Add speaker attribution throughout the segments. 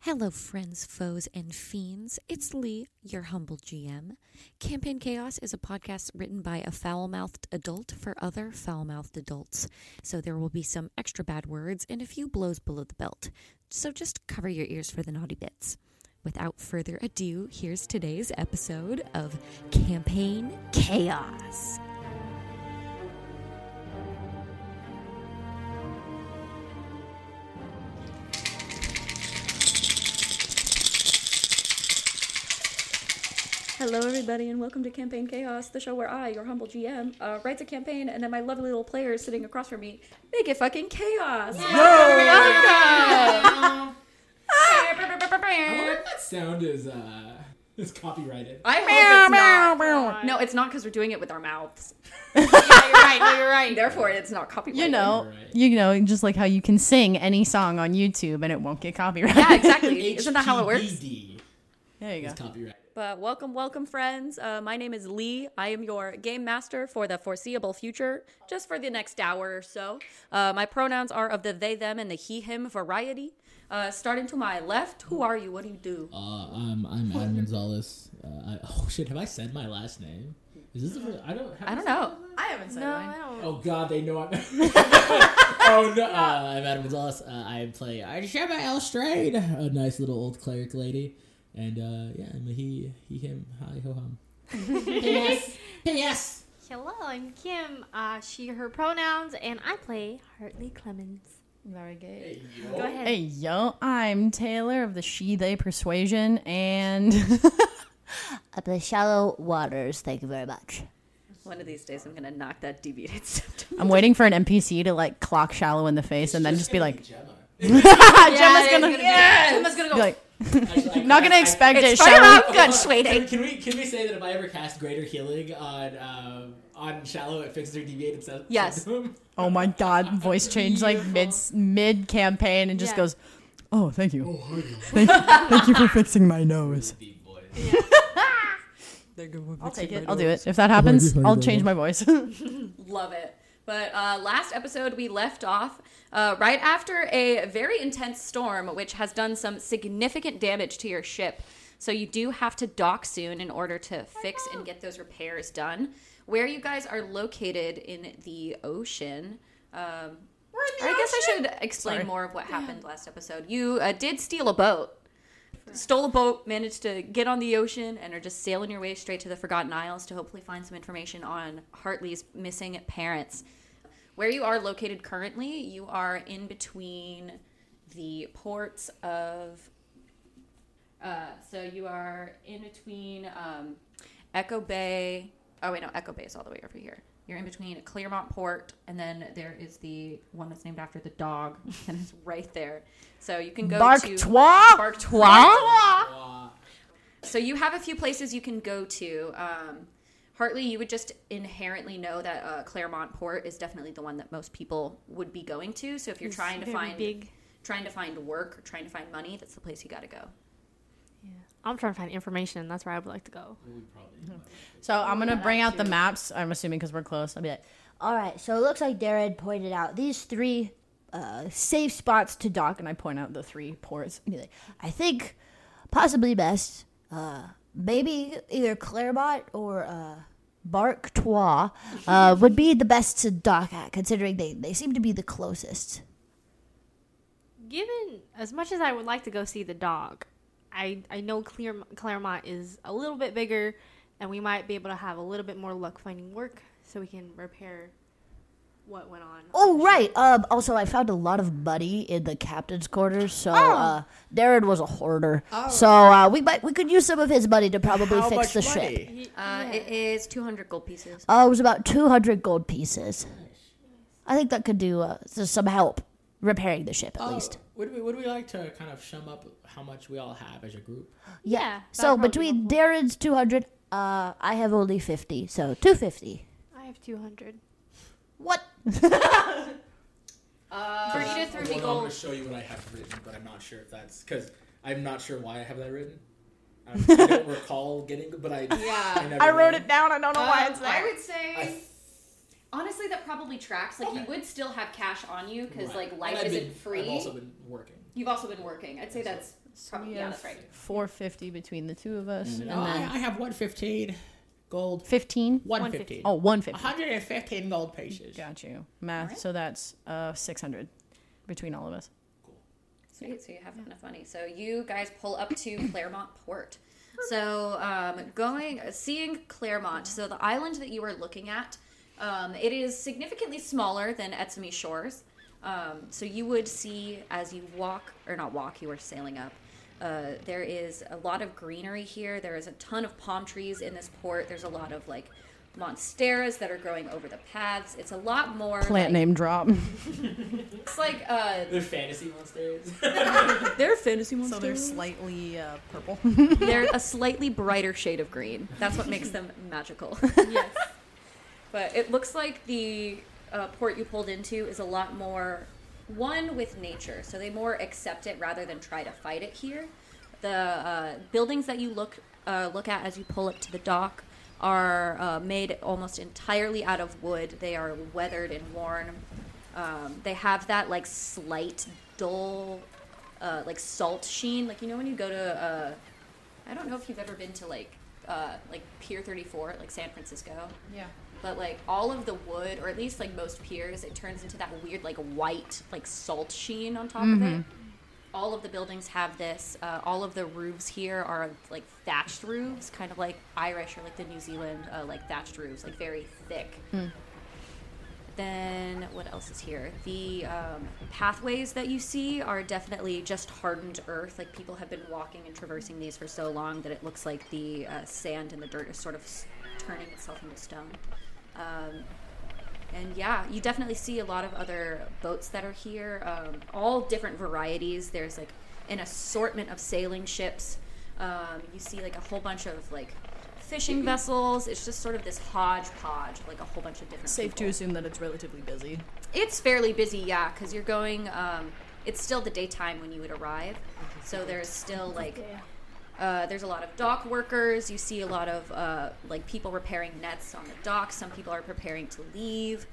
Speaker 1: Hello, friends, foes, and fiends. It's Lee, your humble GM. Campaign Chaos is a podcast written by a foul mouthed adult for other foul mouthed adults. So there will be some extra bad words and a few blows below the belt. So just cover your ears for the naughty bits. Without further ado, here's today's episode of Campaign Chaos.
Speaker 2: Hello, everybody, and welcome to Campaign Chaos, the show where I, your humble GM, uh, writes a campaign, and then my lovely little players sitting across from me make it fucking chaos.
Speaker 3: I wonder if that sound is uh is copyrighted.
Speaker 2: I hope it's not. No, it's not because we're doing it with our mouths.
Speaker 4: you're right. No, you're right.
Speaker 2: Therefore, it's not copyrighted.
Speaker 4: You know,
Speaker 3: Right.
Speaker 4: you know, just like how you can sing any song on YouTube and it won't get copyrighted.
Speaker 2: Yeah, exactly. Isn't that how it works?
Speaker 3: HTBD
Speaker 4: There you go.
Speaker 3: is copyrighted.
Speaker 2: But welcome, welcome, friends. Uh, my name is Lee. I am your game master for the foreseeable future, just for the next hour or so. Uh, my pronouns are of the they, them, and the he, him variety. Uh, starting to my left, who are you? What do you do?
Speaker 3: Uh, um, I'm Adam Gonzalez. Uh, I, oh shit, have I said my last name? Is this the first, I don't. Have
Speaker 2: I don't know.
Speaker 4: I haven't said
Speaker 3: know. Oh god, they know I'm. oh no, uh, I'm Adam Gonzalez. Uh, I play Sheba L. Strayed, a nice little old cleric lady, and uh, yeah, I'm a he, he, him, hi ho hum. P.S. P.S.
Speaker 5: Hello, I'm Kim. Uh, she, her pronouns, and I play Hartley Clemens.
Speaker 4: Very good.
Speaker 5: Go ahead.
Speaker 4: Hey yo, I'm Taylor of the She They Persuasion, and
Speaker 6: up the shallow waters. Thank you very much.
Speaker 2: One of these days, I'm gonna knock that deviated septum.
Speaker 4: I'm waiting for an NPC to like clock shallow in the face and then just be like, "Ah,
Speaker 3: Gemma.
Speaker 4: Gemma's gonna,
Speaker 2: Someone's gonna go.
Speaker 4: be like,
Speaker 3: Actually, I-
Speaker 4: not gonna
Speaker 3: I-
Speaker 4: expect it,
Speaker 2: It's
Speaker 4: shallow.
Speaker 2: firearm
Speaker 3: Hold on. Can,
Speaker 2: gunslinging.
Speaker 3: can we can we say that if I ever cast greater healing on um, on shallow, it fixes her deviated sep-
Speaker 2: Yes.
Speaker 3: septum?
Speaker 4: Oh my god, voice change like mid mid campaign and just
Speaker 5: Yeah.
Speaker 4: goes, oh thank you, thank, thank you for fixing my nose.
Speaker 3: Deep voice.
Speaker 4: I'll take it. I'll do it. If that happens, I'll change my voice.
Speaker 2: Love it. But uh, last episode, we left off uh, right after a very intense storm, which has done some significant damage to your ship. So you do have to dock soon in order to fix and get those repairs done. Where you guys are located in the ocean. Um, I guess I should explain
Speaker 4: Sorry.
Speaker 2: more of what happened last episode. You uh, did steal a boat. Stole a boat, managed to get on the ocean, and are just sailing your way straight to the Forgotten Isles to hopefully find some information on Hartley's missing parents. Where you are located currently, you are in between the ports of. Uh, so you are in between um, Echo Bay. Oh, wait, no, Echo Bay is all the way over here. You're in between Clearmont Port, and then there is the one that's named after the dog, and it's right there. So you can go
Speaker 4: Bark
Speaker 2: to
Speaker 4: twa.
Speaker 2: Bark Twa.
Speaker 3: Uh,
Speaker 2: So you have a few places you can go to. Um, Hartley, you would just inherently know that uh, Claremont Port is definitely the one that most people would be going to. So if you're
Speaker 5: It's
Speaker 2: trying to
Speaker 5: very
Speaker 2: find
Speaker 5: big.
Speaker 2: trying to find work or trying to find money, that's the place you got to go.
Speaker 5: I'm trying to find information. That's where I would like to go.
Speaker 3: we probably-
Speaker 4: So I'm gonna bring out the maps. I'm assuming because we're close. I'll be like,
Speaker 6: All right, so it looks like Darren pointed out these three uh, safe spots to dock,
Speaker 4: and I
Speaker 6: and
Speaker 4: point out the three ports.
Speaker 6: I, I think possibly best, uh, maybe either Clairbot or uh, Bark Trois uh, would be the best to dock at, considering they, they seem to be the closest.
Speaker 5: Given as much as I would like to go see the dog, I I know Clear, Claremont is a little bit bigger, and we might be able to have a little bit more luck finding work, so we can repair what went on.
Speaker 6: Oh right. Um, also, I found a lot of money in the captain's quarters, so uh, Darren was a hoarder. So uh, we might we could use some of his money to probably fix the ship.
Speaker 2: Uh, It is 200 gold pieces.
Speaker 6: Uh, it was about 200 gold pieces. I think that could do uh, s- some help repairing the ship at
Speaker 3: Oh,
Speaker 6: least.
Speaker 3: Would we would we like to kind of sum up how much we all have as a group?
Speaker 6: Yeah.
Speaker 5: yeah,
Speaker 6: so
Speaker 5: that'd probably be
Speaker 6: between Darren's 200, uh, I have only 50, so 250.
Speaker 5: I have two hundred.
Speaker 6: What?
Speaker 2: Uh,
Speaker 5: Thirty to
Speaker 3: Hold
Speaker 5: thirty
Speaker 3: on, I'm
Speaker 5: gold.
Speaker 3: gonna show you what I have written, but I'm not sure if that's because I'm not sure why I have that written. I don't recall getting, but I
Speaker 2: Yeah.
Speaker 3: I, never
Speaker 4: down. Uh, I don't know
Speaker 2: Uh, I would say.
Speaker 3: I-
Speaker 2: Honestly, that probably tracks. Like, you would still have cash on you because,
Speaker 3: Right.
Speaker 2: like,
Speaker 3: And
Speaker 2: life
Speaker 3: I've
Speaker 2: isn't
Speaker 3: been-
Speaker 2: free.
Speaker 3: I've also been working.
Speaker 2: You've also been working. I'd say that's probably yeah, that's right.
Speaker 4: 450 between the two of us.
Speaker 3: No,
Speaker 4: and
Speaker 3: Uh, I,
Speaker 4: then
Speaker 3: I have 115 gold.
Speaker 4: 15?
Speaker 3: 115.
Speaker 4: Oh, 150.
Speaker 3: 115 gold pieces.
Speaker 4: Got you. Math. So that's uh, 600 between all of us.
Speaker 2: Sweet. So you have enough money. So you guys pull up to Claremont Port. So um, going, seeing Claremont. So the island that you are looking at, um, it is significantly smaller than Etsumi Shores. Um, so you would see as you walk, or not walk, you are sailing up. Uh, there is a lot of greenery here. There is a ton of palm trees in this port. There's a lot of like monsteras that are growing over the paths. It's a lot more like-
Speaker 4: Plant name drop.
Speaker 2: It's like uh,
Speaker 3: They're fantasy monsters.
Speaker 2: they're fantasy
Speaker 4: so they're slightly uh, purple.
Speaker 2: They're a slightly brighter shade of green. That's what makes them magical.
Speaker 5: Yes.
Speaker 2: But it looks like the uh, port you pulled into is a lot more one with nature. So they more accept it rather than try to fight it here. The uh, buildings that you look uh, look at as you pull up to the dock are uh, made almost entirely out of wood. They are weathered and worn. Um, they have that like slight dull uh, like salt sheen. Like you know when you go to uh, I don't know if you've ever been to like uh, like Pier 34 like San Francisco
Speaker 4: yeah.
Speaker 2: but like all of the wood or at least like most piers it turns into that weird like white like salt sheen on top of it all of the buildings have this uh, all of the roofs here are like thatched roofs kind of like irish or like the new zealand uh, like thatched roofs like very thick then what else is here the um, pathways that you see are definitely just hardened earth like people have been walking and traversing these for so long that it looks like the uh, sand and the dirt is sort of s- turning itself into stone um, and yeah, you definitely see a lot of other boats that are here, um, all different varieties. There's like an assortment of sailing ships. Um, you see like a whole bunch of like fishing vessels. It's just sort of this hodgepodge, of, like a whole bunch of different.
Speaker 4: Safe to
Speaker 2: people.
Speaker 4: assume that it's relatively busy.
Speaker 2: It's fairly busy, yeah, because you're going. Um, it's still the daytime when you would arrive, so there's still like uh, there's a lot of dock workers. You see a lot of uh, like people repairing nets on the dock. Some people are preparing to leave.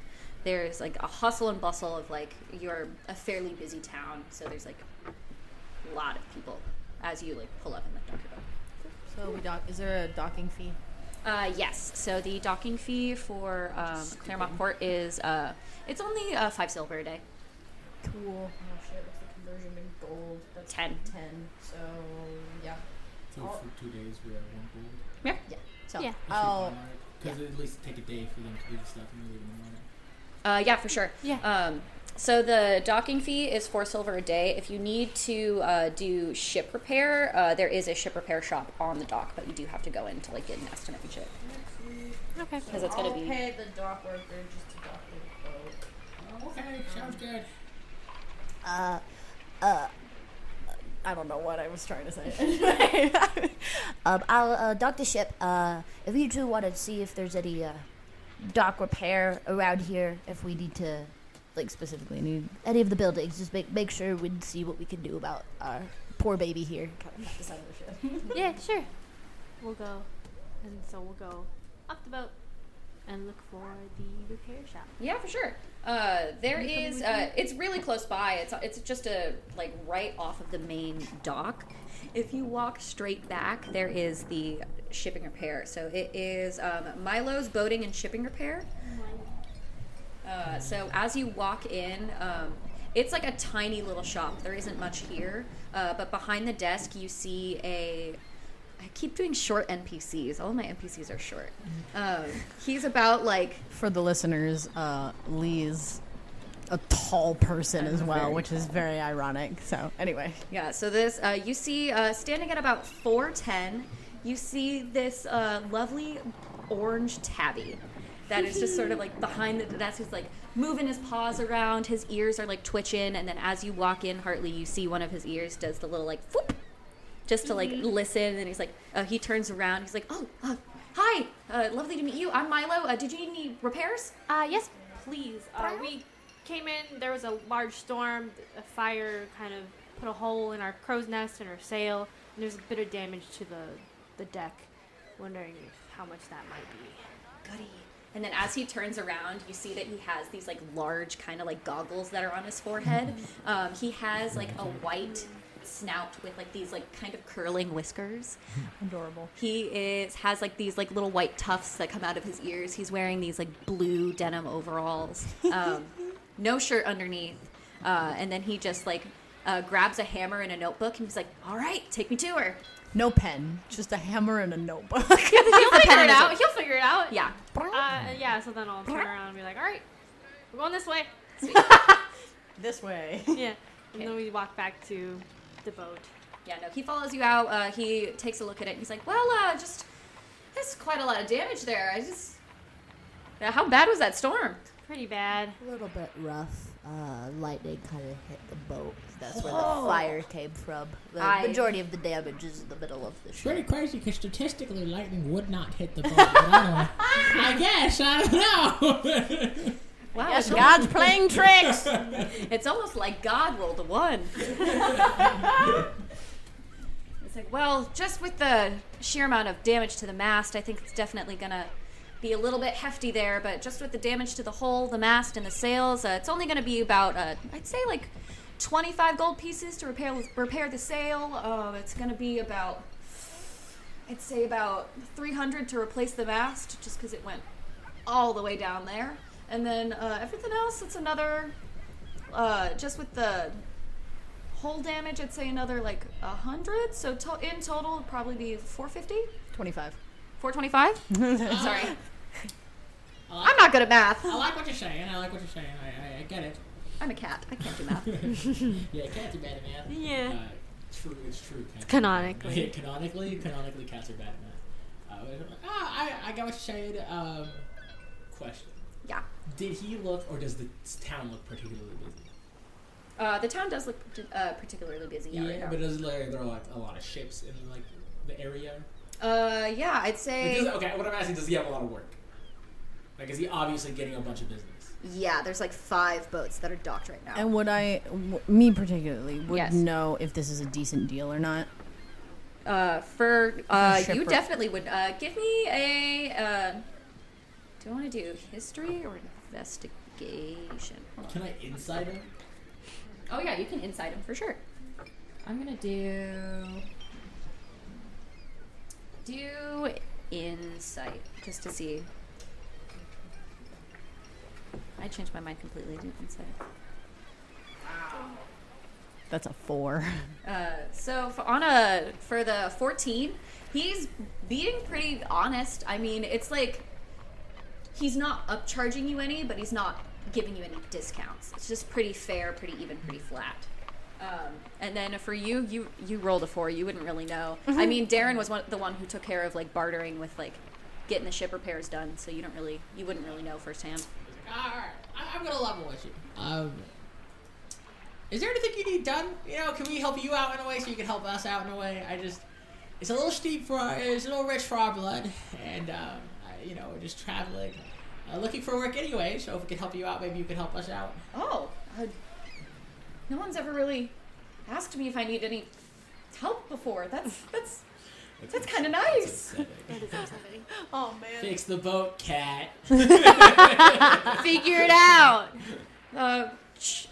Speaker 2: There's like a hustle and bustle of like you're a fairly busy town, so there's like a lot of people as you like pull up in the dock.
Speaker 4: So we dock. Is there a docking fee?
Speaker 2: Uh, yes. So the docking fee for um, Claremont Port is uh, it's only uh, five silver a day.
Speaker 4: Cool. Oh shit! What's the conversion in gold? That's
Speaker 2: Ten.
Speaker 4: Ten. So yeah.
Speaker 3: so for two days we have one gold.
Speaker 4: So
Speaker 5: Yeah.
Speaker 3: Oh.
Speaker 4: I'll
Speaker 3: Because at least take a day for them to do the stuff and we leave in the morning.
Speaker 2: Uh, yeah, for sure.
Speaker 5: Yeah.
Speaker 2: Um, so the docking fee is four silver a day. If you need to uh, do ship repair, uh, there is a ship repair shop on the dock, but you do have to go in to like get an estimate and shit
Speaker 5: Okay.
Speaker 2: because it's gonna be.
Speaker 4: pay the dock worker just to dock the boat.
Speaker 3: Oh, okay, sounds good.
Speaker 6: Uh,
Speaker 4: I don't know what I was trying to say.
Speaker 6: Um, I'll uh, dock the ship. Uh, if you two want to see if there's any uh, dock repair around here, if we need to, like specifically need any of the buildings, just make make sure we see what we can do about our poor baby here.
Speaker 5: Yeah, sure. We'll go. And so we'll go up the boat and look for the repair shop.
Speaker 2: Yeah, for sure. Uh, there is. Uh, it's really close by. It's it's just a like right off of the main dock. If you walk straight back, there is the shipping repair. So it is um, Milo's Boating and Shipping Repair. Uh, so as you walk in, um, it's like a tiny little shop. There isn't much here, uh, but behind the desk you see a. I keep doing short NPCs. All of my NPCs are short. Um, he's about like
Speaker 4: For the listeners, uh, Lee's a tall person as well, which is very ironic. So anyway,
Speaker 2: Yeah, so this, uh, you see, uh, standing at about 410, you see this uh, lovely orange tabby that is just sort of like behind the That's He's like moving his paws around, his ears are like twitching, and then as you walk in, Hartley, you see one of his ears does the little like whoop just to like listen. And he's like, uh, he turns around, he's like, oh, uh, hi, uh, lovely to meet you. I'm Milo. Uh, did you need any repairs?
Speaker 5: Uh, yes, please. Uh, we came in. There was a large storm. A fire kind of put a hole in our crow's nest and our sail. And there's a bit of damage to the the deck. Wondering if, how much that might be.
Speaker 2: Goody. And then as he turns around, you see that he has these like large kind of like goggles that are on his forehead. Um, he has like a white snout with like these like kind of curling whiskers.
Speaker 4: Adorable.
Speaker 2: He is has like these like little white tufts that come out of his ears. He's wearing these like blue denim overalls, um, no shirt underneath, uh, and then he just like uh, grabs a hammer and a notebook and he's like, "All right, take me to her."
Speaker 4: No pen, just a hammer and a notebook.
Speaker 5: He'll figure
Speaker 2: pen
Speaker 5: it
Speaker 2: is
Speaker 5: out. He'll figure it out.
Speaker 2: Yeah,
Speaker 5: Uh, yeah. So then I'll turn around and be like, all right, we're going this way.
Speaker 4: this way.
Speaker 5: Yeah. And then we walk back to the boat.
Speaker 2: yeah. No, he follows you out. Uh, he takes a look at it and he's like, "Well, uh, just that's quite a lot of damage there. I just Now, how bad was that storm?"
Speaker 5: Pretty bad.
Speaker 6: A little bit rough. Uh, lightning kind of hit the boat. That's where the fire came from. The
Speaker 2: I-
Speaker 6: majority of the damage is in the middle of the
Speaker 3: Pretty
Speaker 6: ship.
Speaker 3: crazy because statistically, lightning would not hit the boat. but I, don't, I guess I don't know.
Speaker 2: Wow,
Speaker 4: Yes,
Speaker 2: it's, al-
Speaker 4: God's playing tricks.
Speaker 2: it's almost like God rolled a one. It's like, well, just with the sheer amount of damage to the mast, I think it's definitely gonna be a little bit hefty there. But just with the damage to the hull, the mast, and the sails, uh, it's only gonna be about, uh, I'd say, like 25 gold pieces to repair repair the sail. Uh, it's gonna be about, I'd say, about 300 to replace the mast, just because it went all the way down there. And then uh, everything else, it's another, uh, just with the hull damage, I'd say another like a hundred. So to- in total, it'd probably be 450,
Speaker 4: Twenty-five.
Speaker 2: 425. Sorry, I'm not good at math.
Speaker 3: I like what you're saying. I like what you're saying. I, I, I get it.
Speaker 2: I'm a cat. I can't do math.
Speaker 3: Yeah, cats are bad at math.
Speaker 5: Yeah.
Speaker 3: Uh, true, it's true. Cats
Speaker 5: canonically.
Speaker 3: Are bad at math. Yeah, canonically, canonically, cats are bad at math. Uh, but- ah, I, I got what you're saying. Um, question.
Speaker 2: Yeah.
Speaker 3: Did he look, or does the town look particularly busy?
Speaker 2: Uh, the town does look parti- uh, particularly busy. Yeah, right now.
Speaker 3: but does like there are like a lot of ships in like the area?
Speaker 2: uh, yeah, I'd
Speaker 3: Like, does-
Speaker 2: say
Speaker 3: okay, what I'm asking does he have a lot of work? Like, is he obviously getting a bunch of business?
Speaker 2: yeah. There's like five boats that are docked right now.
Speaker 4: And would I, w- me particularly, would
Speaker 2: Yes.
Speaker 4: know if this is a decent deal or not?
Speaker 2: Uh, for uh, you
Speaker 4: Shipper.
Speaker 2: definitely would uh, give me a. Uh, do I want to do history or investigation? Hold on.
Speaker 3: Can I inside him?
Speaker 2: Oh yeah, you can inside him for sure. I'm gonna do do insight just to see. I changed my mind completely. I did insight.
Speaker 4: That's a four.
Speaker 2: Uh, so for, on a for the 14, he's being pretty honest. I mean, it's like he's not upcharging you any, but he's not giving you any discounts. It's just pretty fair, pretty even, pretty flat. Um, and then for you, you you rolled a four. You wouldn't really know. I mean, Darren was one, the one who took care of like bartering with like getting the ship repairs done, so you don't really you wouldn't really know firsthand.
Speaker 3: Alright, I- I'm gonna level with you. Um, is there anything you need done? You know, can we help you out in a way so you can help us out in a way? I just, it's a little steep for our, it's a little rich for our blood, and um, I, you know, we're just traveling, uh, looking for work anyway. So if we can help you out, maybe you can help us out.
Speaker 2: Oh, uh, no one's ever really asked me if I need any help before. That's that's that's kind of nice.
Speaker 4: Oh man.
Speaker 3: Fix the boat, cat.
Speaker 5: Figure it out.
Speaker 2: Uh, sh-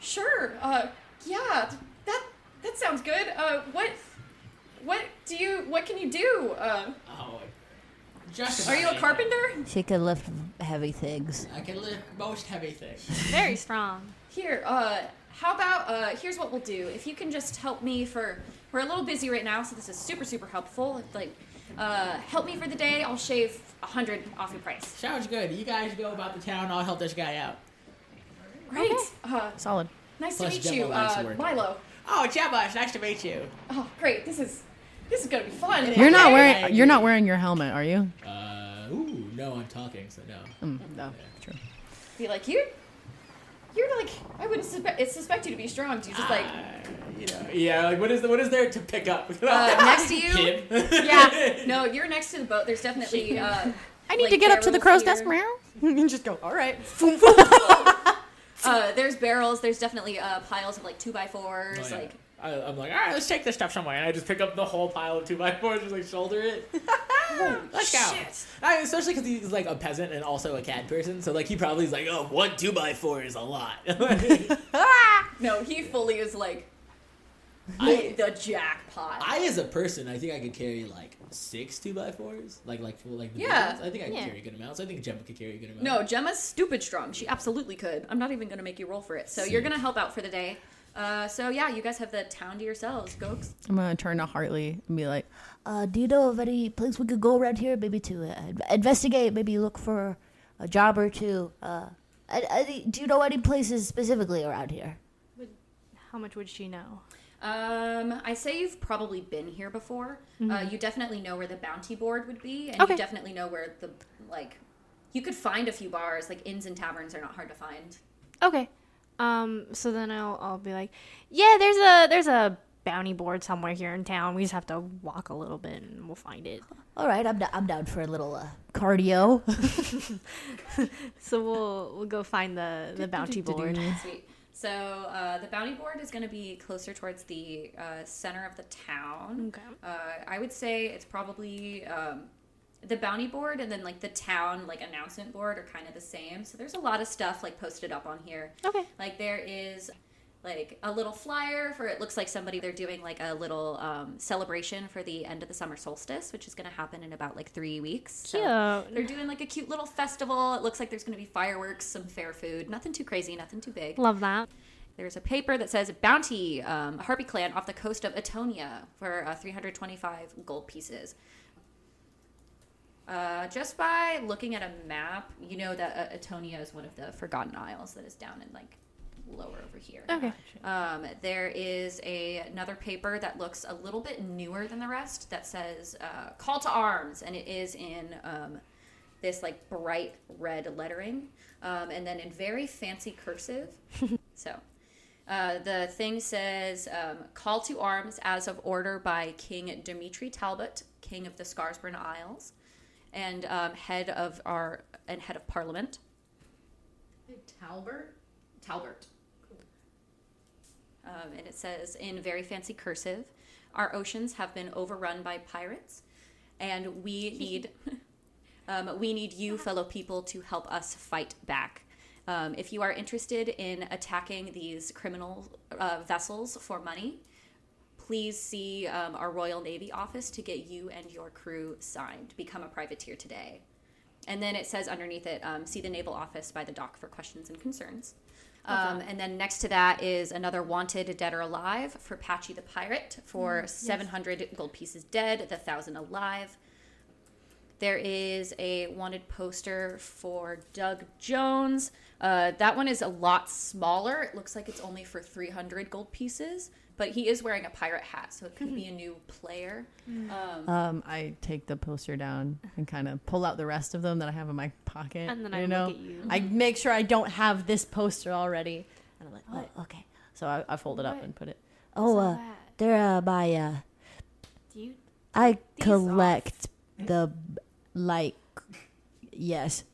Speaker 2: sure. Uh, yeah. th- That that sounds good. Uh, what what do you what can you do? Uh,
Speaker 3: Oh, just.
Speaker 2: are you a
Speaker 3: about
Speaker 2: carpenter?
Speaker 6: She can lift heavy things.
Speaker 3: I can lift most heavy things.
Speaker 5: Very strong.
Speaker 2: Here. Uh, how about uh, here's what we'll do. If you can just help me for we're a little busy right now, so this is super super helpful. If, Like, uh, help me for the day. I'll shave a hundred off your price.
Speaker 3: Sounds good. You guys go about the town. I'll help this guy out.
Speaker 2: Great. Uh,
Speaker 4: Solid.
Speaker 2: nice
Speaker 3: Plus
Speaker 2: to meet
Speaker 3: Gemma
Speaker 2: you,
Speaker 3: likes
Speaker 2: uh,
Speaker 3: working.
Speaker 2: Milo.
Speaker 3: Oh, Gemma, it's nice to meet you.
Speaker 2: Oh, great. This is this is gonna be fun.
Speaker 4: You're not
Speaker 2: Okay.
Speaker 4: wearing. You're not wearing your helmet, are you?
Speaker 3: Uh, ooh, no, I'm talking, so no.
Speaker 4: Mm, no. True.
Speaker 2: Be like you. You're like I wouldn't suspe- suspect you to be strong. Do you just like
Speaker 3: Ah, You know, yeah, like what is the, what is there to pick up?
Speaker 2: uh, next to you?
Speaker 3: Kid.
Speaker 2: Yeah. No, you're next to the boat. There's definitely. Uh,
Speaker 4: I need
Speaker 2: like,
Speaker 4: to get up to the crow's
Speaker 2: barrels
Speaker 4: nest
Speaker 2: here.
Speaker 4: meow. and just go. All right.
Speaker 2: Uh, there's barrels. There's definitely uh, piles of like two by fours.
Speaker 3: Oh, yeah.
Speaker 2: Like
Speaker 3: I, I'm like, all right, let's take this stuff somewhere, and I just pick up the whole pile of two by fours and like shoulder it. Let's go. I mean, especially because he's like a peasant and also a cat person, so like he probably is like, oh, one two by four is a lot.
Speaker 7: No, he fully is like
Speaker 3: I,
Speaker 7: the jackpot.
Speaker 3: I as a person, I think I could carry like six two by fours, like like full like the big
Speaker 7: Yeah.
Speaker 3: ones. I think I could
Speaker 5: Yeah.
Speaker 3: carry good amounts. I think Gemma could carry a good amount.
Speaker 7: no, Gemma's stupid strong. She absolutely could. I'm not even gonna make you roll for it. So you're gonna help out for the day. Uh, so yeah, you guys have the town to yourselves. Go. ex-
Speaker 4: I'm gonna turn to Hartley and be like,
Speaker 6: Uh, do you know of any place we could go around here? Maybe to uh, in- investigate, maybe look for a job or two. Uh, I, I, do you know any places specifically around here?
Speaker 5: How much would she know?
Speaker 7: Um, I say you've probably been here before. Uh, you definitely know where the bounty board would be, and
Speaker 5: Mm-hmm. Okay.
Speaker 7: you definitely know where the like. You could find a few bars, like inns and taverns are not hard to find.
Speaker 5: Okay. Um. So then I'll I'll be like, yeah, there's a there's a bounty board somewhere here in town. We just have to walk a little bit and we'll find it.
Speaker 6: All right, I'm, d- I'm down for a little uh, cardio.
Speaker 5: So we'll we'll go find the the bounty board.
Speaker 7: Sweet. So uh, the bounty board is going to be closer towards the uh, center of the town.
Speaker 5: Okay.
Speaker 7: Uh, I would say it's probably um, the bounty board and then like the town like announcement board are kind of the same. So there's a lot of stuff like posted up on here.
Speaker 5: Okay.
Speaker 7: Like there is like a little flyer for it looks like somebody they're doing like a little um, celebration for the end of the summer solstice, which is going to happen in about like three weeks. So
Speaker 5: Cute.
Speaker 7: they're doing like a cute little festival. It looks like there's going to be fireworks, some fair food, nothing too crazy, nothing too big.
Speaker 5: Love that.
Speaker 7: There's a paper that says bounty um, Harpy clan off the coast of Etonia for uh, 325 gold pieces. Uh, just by looking at a map, you know that uh, Etonia is one of the Forgotten Isles that is down in like lower over here.
Speaker 5: Okay.
Speaker 7: Um, there is a, another paper that looks a little bit newer than the rest that says uh, "Call to Arms," and it is in um, this like bright red lettering, um, and then in very fancy cursive. so. Uh, the thing says, um, call to arms as of order by King Dimitri Talbot, King of the Scarsburn Isles, and um, head of our and head of Parliament.
Speaker 8: Talbert?
Speaker 7: Talbert. Um, and it says in very fancy cursive, our oceans have been overrun by pirates, and we need um, we need you, fellow people, to help us fight back. Um, if you are interested in attacking these criminal uh, vessels for money, please see um, our Royal Navy office to get you and your crew signed. Become a privateer today. And then it says underneath it, um, see the naval office by the dock for questions and concerns. Um, and then next to that is another wanted dead or alive for Patchy the Pirate for 700 gold pieces dead, the 1,000 alive. There is a wanted poster for Doug Jones. Uh, that one is a lot smaller. It looks like it's only for 300 gold pieces, but he is wearing a pirate hat, so it could be a new player. Um,
Speaker 4: um, I take the poster down and kind of pull out the rest of them that I have in my pocket.
Speaker 5: And then
Speaker 4: you
Speaker 5: I look
Speaker 4: know?
Speaker 5: at you.
Speaker 4: I make sure I don't have this poster already. And I'm like,
Speaker 6: Oh,
Speaker 4: what?
Speaker 6: okay.
Speaker 4: So I, I fold it up
Speaker 5: What?
Speaker 4: and put it.
Speaker 6: Oh,
Speaker 5: What's all
Speaker 6: uh,
Speaker 5: that?
Speaker 6: they're uh, my. Uh,
Speaker 5: Do you?
Speaker 6: I
Speaker 5: These
Speaker 6: collect the like. Yes,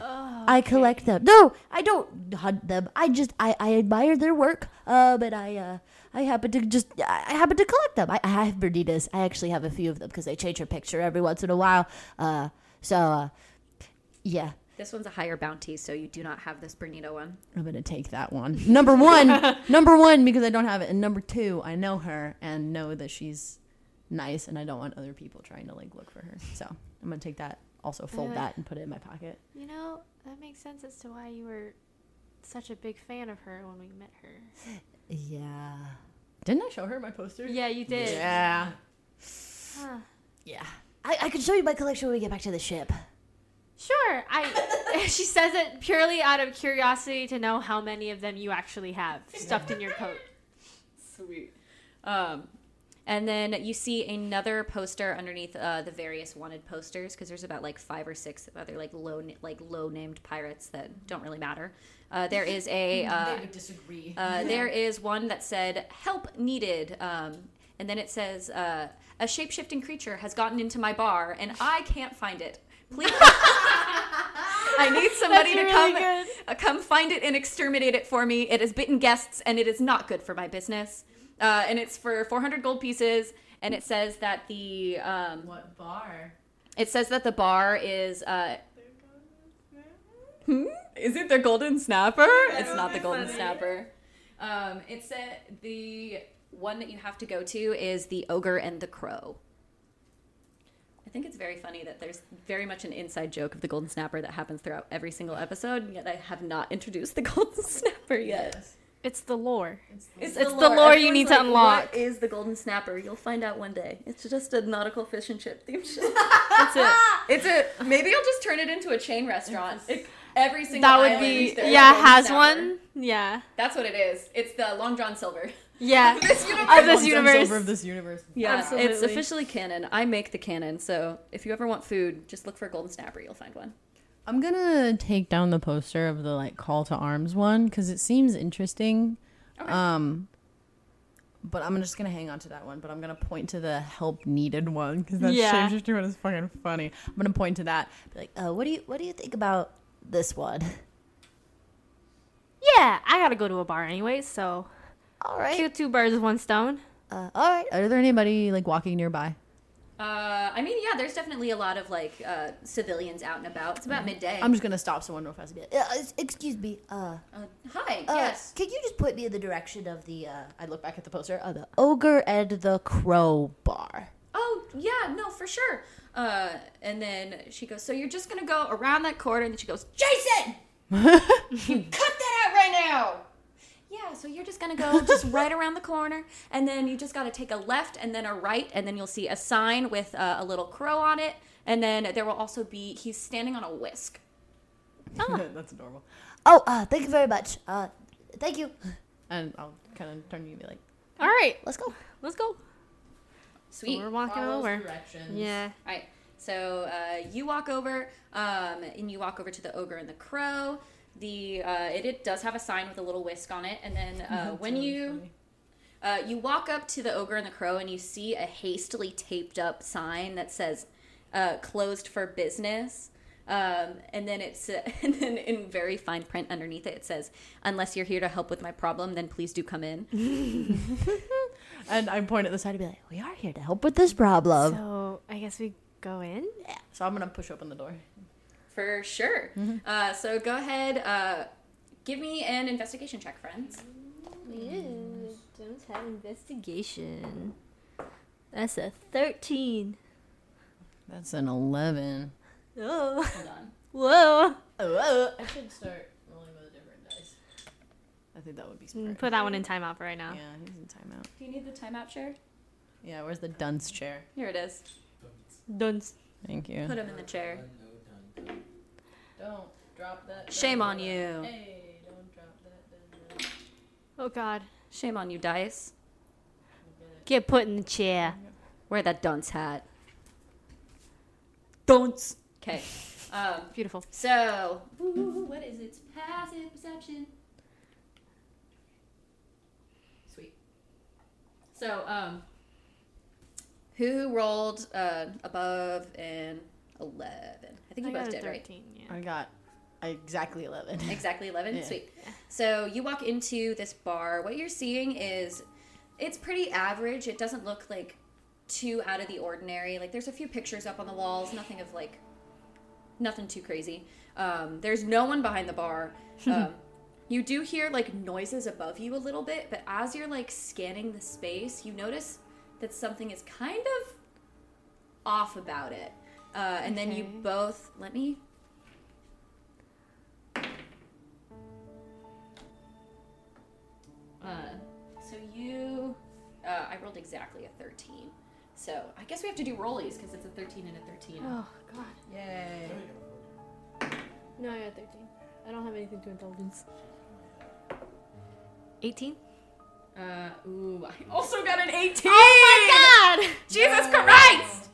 Speaker 5: Oh,
Speaker 6: I collect them. No, I don't hunt them. I just I, I admire their work. Um, and I uh I happen to just I I happen to collect them. I, I have Bernitas. I actually have a few of them because they change her picture every once in a while. Uh, so uh, yeah,
Speaker 7: this one's a higher bounty, so you do not have this Bernito one.
Speaker 4: I'm gonna take that one. Number one, number one, because I don't have it, and number two, I know her and know that she's nice, and I don't want other people trying to like look for her. So I'm gonna take that, also fold
Speaker 5: Alright.
Speaker 4: that, and put it in my pocket.
Speaker 5: You know that makes sense as to why you were such a big fan of her when we met her.
Speaker 6: yeah.
Speaker 4: Didn't I show her my poster?
Speaker 5: Yeah, you did.
Speaker 4: Yeah.
Speaker 5: Huh.
Speaker 4: Yeah.
Speaker 6: I, I can show you my collection when we get back to the ship.
Speaker 5: Sure. I she says it purely out of curiosity to know how many of them you actually have stuffed in your coat.
Speaker 7: Sweet. Um, and then you see another poster underneath uh, the various wanted posters because there's about like five or six other like low like low named pirates that don't really matter. Uh, there is a uh,
Speaker 8: they would disagree.
Speaker 7: uh, there is one that said help needed, um, and then it says uh, a shape shifting creature has gotten into my bar and I can't find it. Please, I need somebody to
Speaker 5: That's
Speaker 7: come
Speaker 5: really good.
Speaker 7: uh, come find it and exterminate it for me. It has bitten guests and it is not good for my business. Uh, and it's for 400 gold pieces. And it says that the um,
Speaker 8: what bar?
Speaker 7: It says that the bar is. Uh, hmm? Is it the golden snapper? It's not the golden snapper. Um, it said the one that you have to go to is the ogre and the crow. I think it's very funny that there's very much an inside joke of the golden snapper that happens throughout every single episode, yet I have not introduced the golden snapper yet.
Speaker 5: It's the lore.
Speaker 7: It's,
Speaker 5: It's the lore you need to
Speaker 7: Everyone's like,
Speaker 5: unlock.
Speaker 7: What is the golden snapper? You'll find out one day. It's just a nautical fish and chip themed show.
Speaker 5: That's it.
Speaker 7: It's a maybe I'll just turn it into a chain restaurant. It- every single
Speaker 5: that would
Speaker 7: island,
Speaker 5: be
Speaker 7: there's a
Speaker 5: yeah.
Speaker 7: golden
Speaker 5: Has
Speaker 7: snapper.
Speaker 5: one. Yeah.
Speaker 7: That's what it is. It's the Long John Silver.
Speaker 5: Yeah.
Speaker 7: This
Speaker 5: of this universe.
Speaker 4: Silver of this universe.
Speaker 7: Yeah, it's
Speaker 5: Absolutely.
Speaker 7: officially canon. I make the canon, so if you ever want food, just look for a golden snapper. You'll find one.
Speaker 4: I'm gonna take down the poster of the like call to arms one because it seems interesting. Um, but I'm just gonna hang on to that one. But I'm gonna point to the help needed one because that
Speaker 5: Yeah.
Speaker 4: shapeshifter one is fucking funny. I'm gonna point to that. Be like,
Speaker 6: Uh, what do you What do you think about this one?
Speaker 5: Yeah. I gotta go to a bar anyway, so
Speaker 6: All right.
Speaker 5: kill two birds with one stone.
Speaker 6: Uh, all right.
Speaker 4: are there anybody like walking nearby?
Speaker 7: Uh, I mean, yeah, there's definitely a lot of like uh, civilians out and about. It's about midday.
Speaker 4: I'm just gonna stop someone real fast. And be like,
Speaker 6: Uh, ex- excuse me. Uh, uh,
Speaker 7: uh, hi. yes.
Speaker 6: Could you just point me in the direction of the uh,
Speaker 4: I look back at the poster. Oh, the
Speaker 6: ogre and the crow bar?
Speaker 7: Oh, yeah. No, for sure. Uh, and then she goes, "So you're just gonna go around that corridor?" And then she goes, "Jason, you cut that out right now." Yeah. So you're just gonna go just right around the corner, and then you just gotta take a left, and then a right, and then you'll see a sign with uh, a little crow on it, and then there will also be he's standing on a whisk.
Speaker 4: that's adorable.
Speaker 6: Oh, uh, thank you very much. Uh, thank you.
Speaker 4: And I'll kind of turn to you and be like,
Speaker 5: All right.
Speaker 6: Let's go.
Speaker 5: Let's go.
Speaker 7: Sweet.
Speaker 5: We're walking over. Yeah.
Speaker 7: All right. So uh, you walk over, um, and you walk over to the ogre and the crow. The uh, it, it does have a sign with a little whisk on it, and then uh, when you uh, you walk up to the ogre and the crow, and you see a hastily taped up sign that says uh, "closed for business." Um, and then it's and then in very fine print underneath it, it says, "Unless you're here to help with my problem, then please do come in."
Speaker 4: and I point at the side and be like,
Speaker 6: We are here to help with this problem.
Speaker 5: So I guess we go in.
Speaker 4: so I'm gonna push open the door.
Speaker 7: For sure. Uh, so go ahead, uh, give me an investigation check, friends.
Speaker 5: Don't have investigation. That's a thirteen.
Speaker 4: That's an eleven.
Speaker 5: Oh.
Speaker 7: Hold on.
Speaker 5: Whoa.
Speaker 4: Oh, I should start rolling with a different dice. I think that would
Speaker 7: Mm,
Speaker 4: be smart.
Speaker 5: Put that one in timeout for right now.
Speaker 4: Yeah, he's in timeout.
Speaker 7: Do you need the timeout chair?
Speaker 4: Yeah, where's the dunce chair?
Speaker 7: Here it is.
Speaker 5: Dunce.
Speaker 4: Thank you.
Speaker 7: Put him in the chair.
Speaker 4: Don't drop that.
Speaker 7: Shame on you.
Speaker 4: Hey, don't drop that.
Speaker 5: Oh God.
Speaker 7: Shame on you, Dice.
Speaker 5: Get put in the chair.
Speaker 7: Wear that dunce hat. Dunce. Okay. Um,
Speaker 5: Beautiful.
Speaker 7: so, Ooh, what is its passive perception? Sweet. So, um, who rolled uh, above an 11? I think you both did, right?
Speaker 5: Yeah.
Speaker 4: I got exactly eleven.
Speaker 7: Exactly 11?
Speaker 4: Yeah.
Speaker 7: Sweet. So you walk into this bar. What you're seeing is it's pretty average. It doesn't look like too out of the ordinary. Like there's a few pictures up on the walls, nothing of like nothing too crazy. Um, there's no one behind the bar. Um, you do hear like noises above you a little bit, but as you're like scanning the space, you notice that something is kind of off about it. Uh, and then you
Speaker 5: Okay.
Speaker 7: both let me. Uh, so you, uh, I rolled exactly a thirteen. So I guess we have to do rollies because it's a thirteen and a thirteen.
Speaker 5: Oh God.
Speaker 4: Yay.
Speaker 5: No, I got 13. I don't have anything to indulgence. 18?
Speaker 7: Uh, ooh, I also got an 18!
Speaker 5: Oh my god!
Speaker 7: Jesus Christ!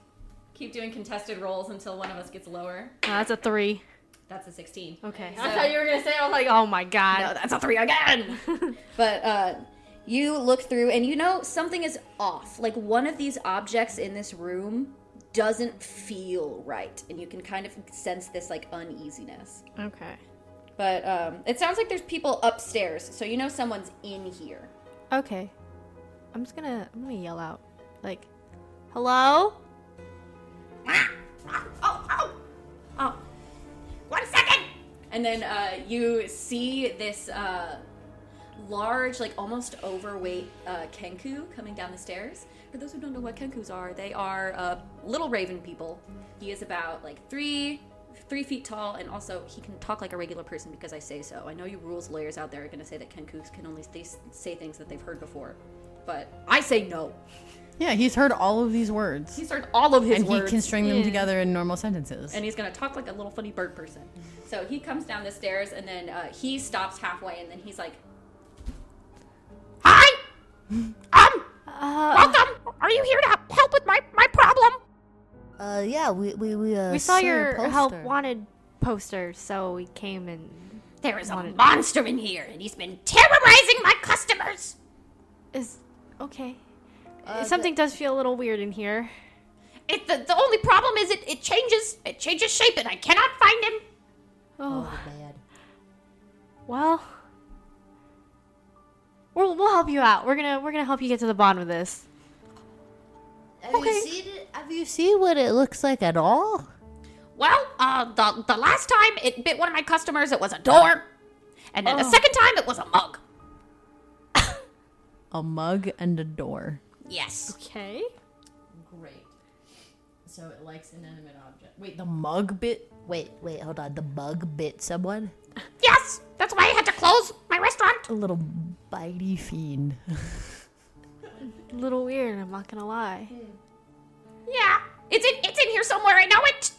Speaker 7: Keep doing contested rolls until one of us gets lower.
Speaker 5: that's a 3.
Speaker 7: That's a 16.
Speaker 5: Okay.
Speaker 7: So-
Speaker 5: I thought you were gonna say, I was like, oh my god.
Speaker 7: No, that's a 3 again! but, uh, you look through and you know something is off. Like, one of these objects in this room doesn't feel right. And you can kind of sense this, like, uneasiness.
Speaker 5: okay.
Speaker 7: But, um, it sounds like there's people upstairs, so you know someone's in here.
Speaker 5: Okay. I'm just gonna, I'm gonna yell out, like, hello?
Speaker 7: And then uh, you see this uh, large, like almost overweight uh, Kenku coming down the stairs. For those who don't know what Kenkus are, they are uh, little raven people. He is about like three three feet tall, and also he can talk like a regular person because I say so. I know you rules lawyers out there are going to say that Kenkus can only th- say things that they've heard before, but I say no.
Speaker 4: Yeah, he's heard all of these words.
Speaker 7: He's heard all of his
Speaker 4: and
Speaker 7: words.
Speaker 4: he can string them
Speaker 5: Yeah.
Speaker 4: together in normal sentences.
Speaker 7: and he's gonna talk like a little funny bird person. So he comes down the stairs, and then uh, he stops halfway, and then he's like, "Hi, um,
Speaker 5: Uh,
Speaker 7: welcome. Are you here to help- help with my my problem?"
Speaker 6: Uh, yeah, we we we, uh,
Speaker 5: we saw your
Speaker 6: poster.
Speaker 5: help wanted poster, so we came and.
Speaker 7: There is a
Speaker 5: Wanted-
Speaker 7: monster in here, and he's been terrorizing my customers.
Speaker 5: Is okay. Something does feel a little weird in here.
Speaker 7: It, the, the only problem is it, it changes it changes shape, and I cannot find him.
Speaker 5: Oh,
Speaker 6: Oh, bad.
Speaker 5: well. We'll, we'll help you out. We're gonna we're gonna help you get to the bottom of this.
Speaker 6: Have you seen it? Have you seen what it looks like at all?
Speaker 7: Well, uh, the the last time it bit one of my customers, it was a door, and then the second time it was a mug.
Speaker 4: a mug and a door.
Speaker 7: Yes.
Speaker 5: Okay.
Speaker 4: Great. So it likes inanimate object. Wait, the mug bit?
Speaker 6: Wait, wait, hold on. The bug bit someone.
Speaker 7: Yes, that's why I had to close my restaurant.
Speaker 6: A little.
Speaker 4: Bitey fiend.
Speaker 5: A little weird. I'm not gonna lie.
Speaker 7: Yeah, it's in it's in here somewhere. I know it.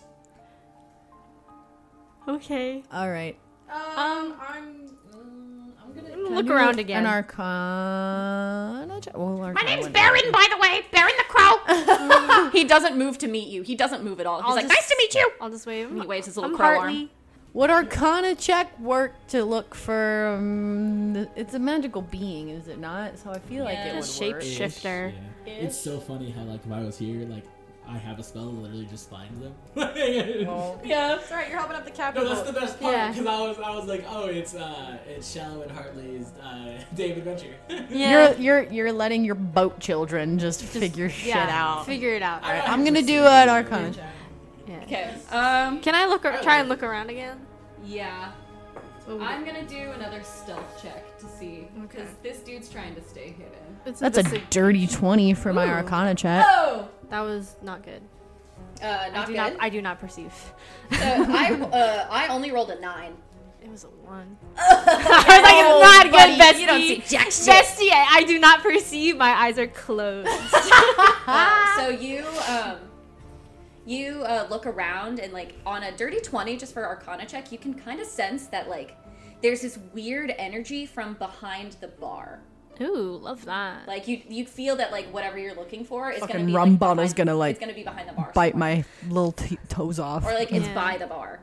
Speaker 5: Okay.
Speaker 4: All right.
Speaker 5: Um.
Speaker 4: I'm. mm, I'm gonna
Speaker 5: Can I look do around again.
Speaker 4: An arcana. check- Well,
Speaker 7: My
Speaker 4: arcana
Speaker 7: name's
Speaker 4: would-
Speaker 7: Baron, by the way, Baron the Crow. he doesn't move to meet you. He doesn't move at all. He's
Speaker 5: I'll
Speaker 7: like,
Speaker 5: just-
Speaker 7: nice to meet you.
Speaker 5: I'll just wave him.
Speaker 7: He waves his little
Speaker 5: I'm
Speaker 7: crow arm.
Speaker 5: partly.
Speaker 4: Would arcana check work to look for? Um, th- it's a magical being, is it not? So I feel like it
Speaker 5: Yeah.
Speaker 4: would work.
Speaker 5: Shape- Shifter.
Speaker 3: Yeah. It's so funny how like if I was here, like I have a spell that literally just finds them. no,
Speaker 7: Yeah, that's right. You're helping up the captain.
Speaker 3: that's the best part
Speaker 5: Yeah.
Speaker 3: because I was I was like, oh, it's uh, it's Shallow and Hartley's uh, Dave Adventure.
Speaker 4: You're you're you're letting your boat children just, figure shit
Speaker 5: yeah.
Speaker 4: out.
Speaker 5: Figure it out.
Speaker 3: Alright,
Speaker 4: I'm gonna do uh, an arcana. check.
Speaker 5: Yeah.
Speaker 7: Okay. Um.
Speaker 5: Can I look? Ar- try and look around again.
Speaker 7: Yeah,
Speaker 5: Oh,
Speaker 7: I'm gonna do another stealth check to see because
Speaker 5: Okay.
Speaker 7: this dude's trying to stay hidden.
Speaker 5: it's
Speaker 4: That's a
Speaker 5: this-
Speaker 4: dirty twenty for my arcana check.
Speaker 7: Oh.
Speaker 5: that was not good.
Speaker 7: Uh,
Speaker 5: I
Speaker 7: not
Speaker 5: do
Speaker 7: good.
Speaker 5: not. I do not perceive.
Speaker 7: so I uh, I only rolled a nine.
Speaker 5: It was a one. I was like, it's not good, bestie.
Speaker 7: You don't see jack Oh, shit.
Speaker 5: bestie, I, I do not perceive. My eyes are closed.
Speaker 7: Uh, so you um you uh, look around and like on a dirty 20 just for arcana check you can kind of sense that like there's this weird energy from behind the bar
Speaker 5: Ooh, love that.
Speaker 7: like you you feel that like whatever you're looking for is
Speaker 4: Fucking
Speaker 7: gonna be
Speaker 4: rum
Speaker 7: like,
Speaker 4: bottle's
Speaker 7: behind-
Speaker 4: gonna, like,
Speaker 7: it's gonna be behind the bar
Speaker 4: Bite my little t- toes off.
Speaker 7: or like it's
Speaker 5: Yeah.
Speaker 7: by the bar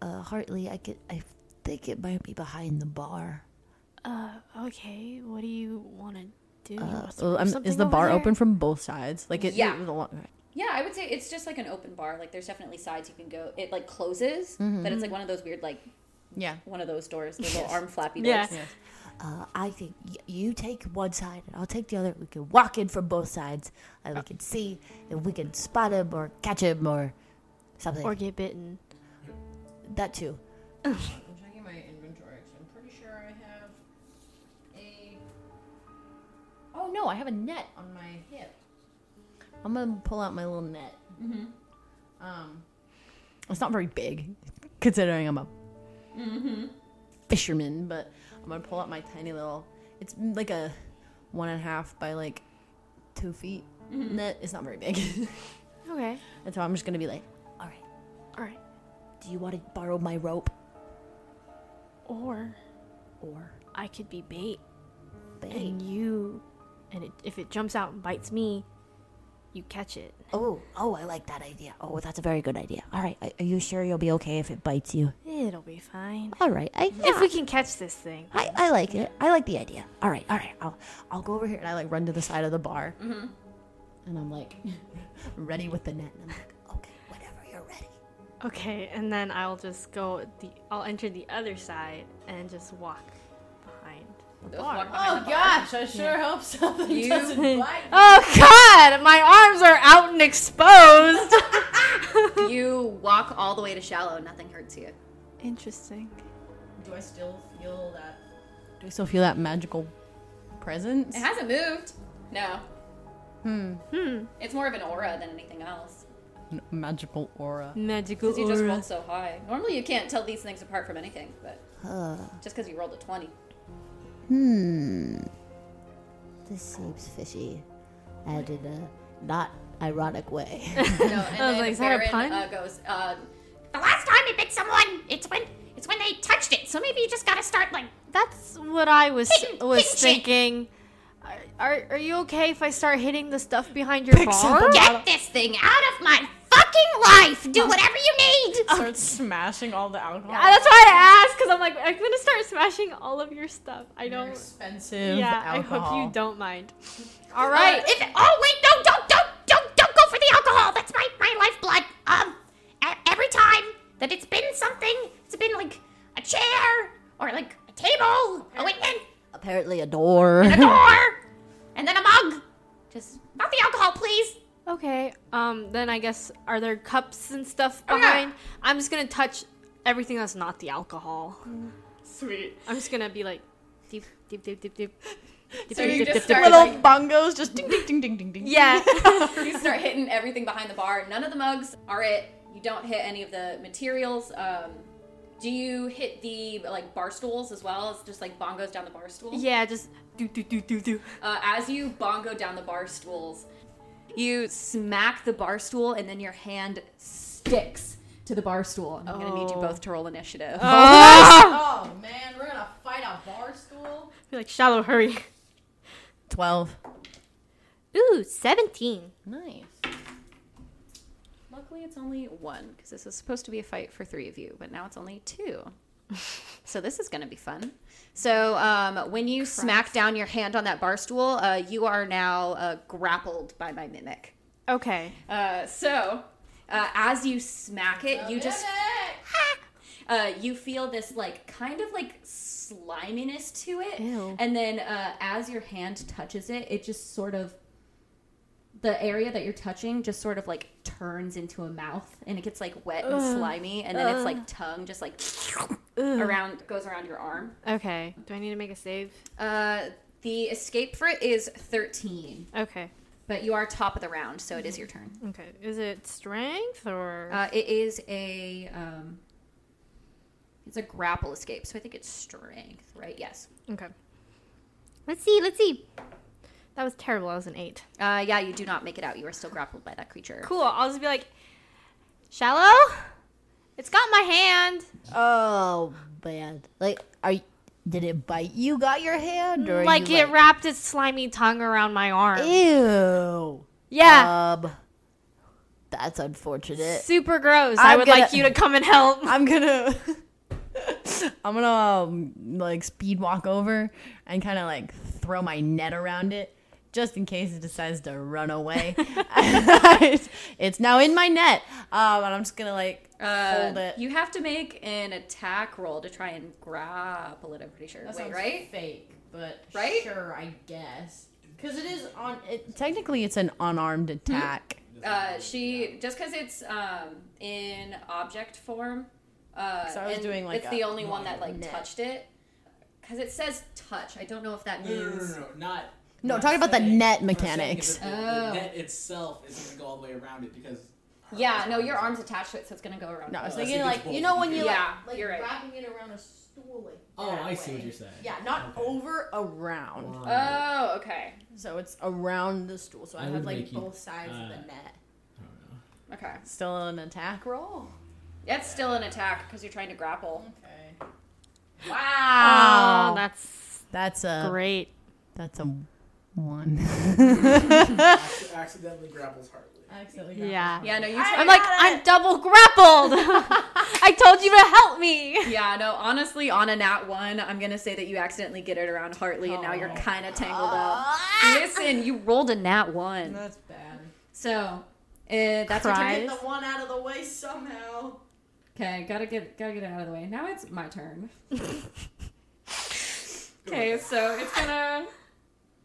Speaker 6: Uh, Hartley, I get. I think it might be behind the bar.
Speaker 5: Uh, okay. What do you want to do? You wanna
Speaker 4: Uh,
Speaker 5: smoke
Speaker 4: um,
Speaker 5: something
Speaker 4: is the
Speaker 5: over
Speaker 4: bar
Speaker 5: there?
Speaker 4: open from both sides? Like it,
Speaker 7: Yeah.
Speaker 4: it was a long-
Speaker 7: yeah i would say it's just like an open bar like there's definitely sides you can go it like closes
Speaker 4: Mm-hmm.
Speaker 7: but it's like one of those weird like
Speaker 4: Yeah.
Speaker 7: one of those doors the little arm flappy doors
Speaker 5: Yeah.
Speaker 6: Uh, I think y- you take one side and I'll take the other. We can walk in from both sides, and we can see if we can spot him or catch him or something.
Speaker 5: Or get bitten.
Speaker 6: that too.
Speaker 4: I'm checking my inventory. I'm pretty sure I have a. Oh no, I have a net on my hip. I'm gonna pull out my little net. Mm-hmm. Um, it's not very big, considering I'm a mm-hmm. fisherman. But I'm gonna pull out my tiny little. It's like a one and a half by like two feet net. It's not very big,
Speaker 5: Okay.
Speaker 4: and so I'm just gonna be like,
Speaker 6: All right.
Speaker 5: All right.
Speaker 6: Do you want to borrow my rope?
Speaker 5: Or
Speaker 6: Or
Speaker 5: I could be bait,
Speaker 6: bait?
Speaker 5: and you, and it, if it jumps out and bites me, you catch it.
Speaker 6: Oh, oh, I like that idea. Oh, that's a very good idea. All right. Are are you sure you'll be okay if it bites you?
Speaker 5: It'll be fine.
Speaker 6: All right. I
Speaker 5: If we can catch this thing.
Speaker 6: I, I like it. I like the idea. All right, all right. I'll I'll go over here and I like run to the side of the bar,
Speaker 5: Mm-hmm.
Speaker 6: and I'm like ready with the net. And I'm like, okay, whenever you're ready.
Speaker 5: Okay, and then I'll just go the I'll enter the other side and just walk behind.
Speaker 7: Those walk behind
Speaker 4: Oh gosh, I sure hope something doesn't bite.
Speaker 5: Oh god, my arms are out and exposed.
Speaker 7: you walk all the way to shallow nothing hurts you
Speaker 5: Interesting.
Speaker 4: Do I still feel that? Do I still feel that magical presence?
Speaker 7: It hasn't moved. No.
Speaker 4: Hmm.
Speaker 5: Hmm.
Speaker 7: It's more of an aura than anything else.
Speaker 4: N- magical aura.
Speaker 5: Magical
Speaker 7: Because you just
Speaker 5: aura.
Speaker 7: rolled so high. Normally you can't tell these things apart from anything, but
Speaker 6: Uh,
Speaker 7: just because you rolled a 20.
Speaker 6: hmm. This seems fishy. And in a not ironic way.
Speaker 7: No, and
Speaker 5: I was
Speaker 7: then
Speaker 5: like, is that a
Speaker 7: Baron,
Speaker 5: pun?
Speaker 7: Uh, goes, uh, the last time you bit someone, it's when it's when they touched it. So maybe you just gotta start like
Speaker 5: That's what I was
Speaker 7: Hitting-
Speaker 5: was
Speaker 7: hitting shit.
Speaker 5: thinking. Are, are are you okay if I start hitting the stuff behind your bar?
Speaker 7: get this thing out of my fucking life. Do whatever you need.
Speaker 4: Start smashing all the alcohol.
Speaker 5: Yeah, Uh, that's why I asked because I'm like I'm gonna start smashing all of your stuff. I don't.
Speaker 4: Expensive
Speaker 5: Yeah,
Speaker 4: alcohol.
Speaker 5: I hope you don't mind. All right.
Speaker 7: Right. if oh wait, no, don't, don't, don't, don't go for the alcohol. That's my my lifeblood. Um, e- every time that it's been something, it's been like a chair or like a table, a window,
Speaker 6: Apparently, a door.
Speaker 7: a door, and then a mug. Just not the alcohol, please.
Speaker 5: Okay. Um. Then I guess are there cups and stuff
Speaker 7: Oh, yeah.
Speaker 5: behind? I'm just gonna touch everything that's not the alcohol.
Speaker 7: Sweet.
Speaker 5: I'm just gonna be like, deep, deep, deep, deep, deep. deep,
Speaker 7: So
Speaker 5: deep,
Speaker 7: you
Speaker 5: deep,
Speaker 7: just
Speaker 5: deep,
Speaker 7: start
Speaker 5: deep.
Speaker 4: Little bongos just ding ding ding ding ding ding.
Speaker 5: Yeah.
Speaker 7: you start hitting everything behind the bar. None of the mugs are it. You don't hit any of the materials. Um, do you hit the like bar stools as well? It's just like bongos down the bar stool.
Speaker 5: yeah. Just do do do do do.
Speaker 7: Uh, as you bongo down the bar stools, you smack the bar stool, and then your hand sticks to the bar stool. I'm gonna need you
Speaker 5: Oh.
Speaker 7: both to roll initiative.
Speaker 4: Oh man, we're gonna fight a bar stool.
Speaker 5: Be like shallow. Hurry.
Speaker 4: Twelve.
Speaker 5: Ooh, seventeen.
Speaker 4: Nice.
Speaker 7: Luckily, it's only one because this is supposed to be a fight for three of you, but now it's only two. so this is going to be fun. So um, when you smack down your hand on that bar stool, uh, you are now uh, grappled by my mimic.
Speaker 5: Okay.
Speaker 7: Uh, so uh, as you smack it, you just uh, you feel this like kind of like sliminess to it,
Speaker 5: Ew.
Speaker 7: and then uh, as your hand touches it, it just sort of the area that you're touching just sort of like turns into a mouth, and it gets like wet and slimy, and then it's like tongue just like around goes around your arm.
Speaker 5: Okay. Do I need to make a save?
Speaker 7: Uh, the escape for it is thirteen,
Speaker 5: Okay.
Speaker 7: but you are top of the round, so it is your turn.
Speaker 5: Okay. Is it strength or?
Speaker 7: Uh, it is a um, it's a grapple escape, so I think it's strength, right? Yes.
Speaker 5: okay. Let's see. Let's see. That was terrible. I was an eight.
Speaker 7: Uh, yeah, you do not make it out. You are still grappled by that creature.
Speaker 5: Cool. I'll just be like, shallow. It's got my hand.
Speaker 6: Oh man! Like, are y- did it bite? You got your hand, or are
Speaker 5: Like
Speaker 6: you,
Speaker 5: it wrapped its slimy tongue around my arm.
Speaker 6: Ew.
Speaker 5: yeah.
Speaker 6: Um, that's unfortunate.
Speaker 5: super gross. i
Speaker 4: I'm
Speaker 5: would
Speaker 4: gonna-
Speaker 5: like you to come and help.
Speaker 4: I'm gonna I'm gonna um, like speed walk over and kind of like throw my net around it just in case it decides to run away. it's now in my net, um, and I'm just gonna like hold
Speaker 7: Uh,
Speaker 4: it.
Speaker 7: you have to make an attack roll to try and grapple it. I'm pretty sure. Wait, right?
Speaker 4: Fake, but
Speaker 7: Right?
Speaker 4: sure, I guess. Because it is on. It, technically, it's an unarmed attack.
Speaker 7: Uh, she just because it's um, in object form. Uh,
Speaker 4: 'Cause I was
Speaker 7: and
Speaker 4: doing, like,
Speaker 7: it's
Speaker 4: a-
Speaker 7: the only one that like
Speaker 4: net.
Speaker 7: touched it. Because it says touch. I don't know if that
Speaker 3: No, no, no,
Speaker 7: means.
Speaker 3: no, no, not.
Speaker 4: No,
Speaker 3: not
Speaker 4: talking about the
Speaker 3: setting.
Speaker 4: net
Speaker 3: What I'm saying
Speaker 4: mechanics.
Speaker 3: is that The,
Speaker 7: Oh.
Speaker 3: the net itself is going to go all the way around it because.
Speaker 7: Yeah, no, your arm's attached to it, so it's gonna go around.
Speaker 4: No, I was
Speaker 3: Oh, I see
Speaker 4: thinking
Speaker 3: it's
Speaker 4: like
Speaker 3: both.
Speaker 4: you know when you
Speaker 7: Yeah,
Speaker 4: like, like
Speaker 7: you're right.
Speaker 4: wrapping it around a stool like.
Speaker 3: Oh,
Speaker 4: that
Speaker 3: I see what
Speaker 4: way.
Speaker 3: you're saying.
Speaker 4: Yeah, not
Speaker 3: Okay.
Speaker 4: over around.
Speaker 3: Uh,
Speaker 7: Oh, okay,
Speaker 4: So it's around the stool. So I,
Speaker 3: I
Speaker 4: have
Speaker 3: would
Speaker 4: like
Speaker 3: make you-
Speaker 4: both sides of the
Speaker 3: uh,
Speaker 4: net.
Speaker 7: okay.
Speaker 4: Still an attack roll.
Speaker 7: That's still an attack because you're trying to grapple.
Speaker 4: Okay.
Speaker 5: Oh,
Speaker 4: Wow.
Speaker 5: that's
Speaker 4: that's a
Speaker 5: great.
Speaker 4: that's a one.
Speaker 3: Acc- accidentally grapples Hartley.
Speaker 7: Uh,
Speaker 4: Accidentally.
Speaker 5: Yeah.
Speaker 7: Yeah, no, you. Try-
Speaker 5: I'm like, I'm double grappled. I told you to help me.
Speaker 7: yeah, no. Honestly, on a nat one, I'm gonna say that you accidentally get it around Hartley, and now you're kind of tangled up. Listen, you rolled a nat one,
Speaker 4: That's bad.
Speaker 7: so uh, that's what
Speaker 5: Cry.
Speaker 7: your
Speaker 5: Get
Speaker 4: Get
Speaker 5: the
Speaker 4: the one out of the way somehow.
Speaker 7: Okay, gotta get gotta get it out of the way. Now it's my turn. okay, so it's gonna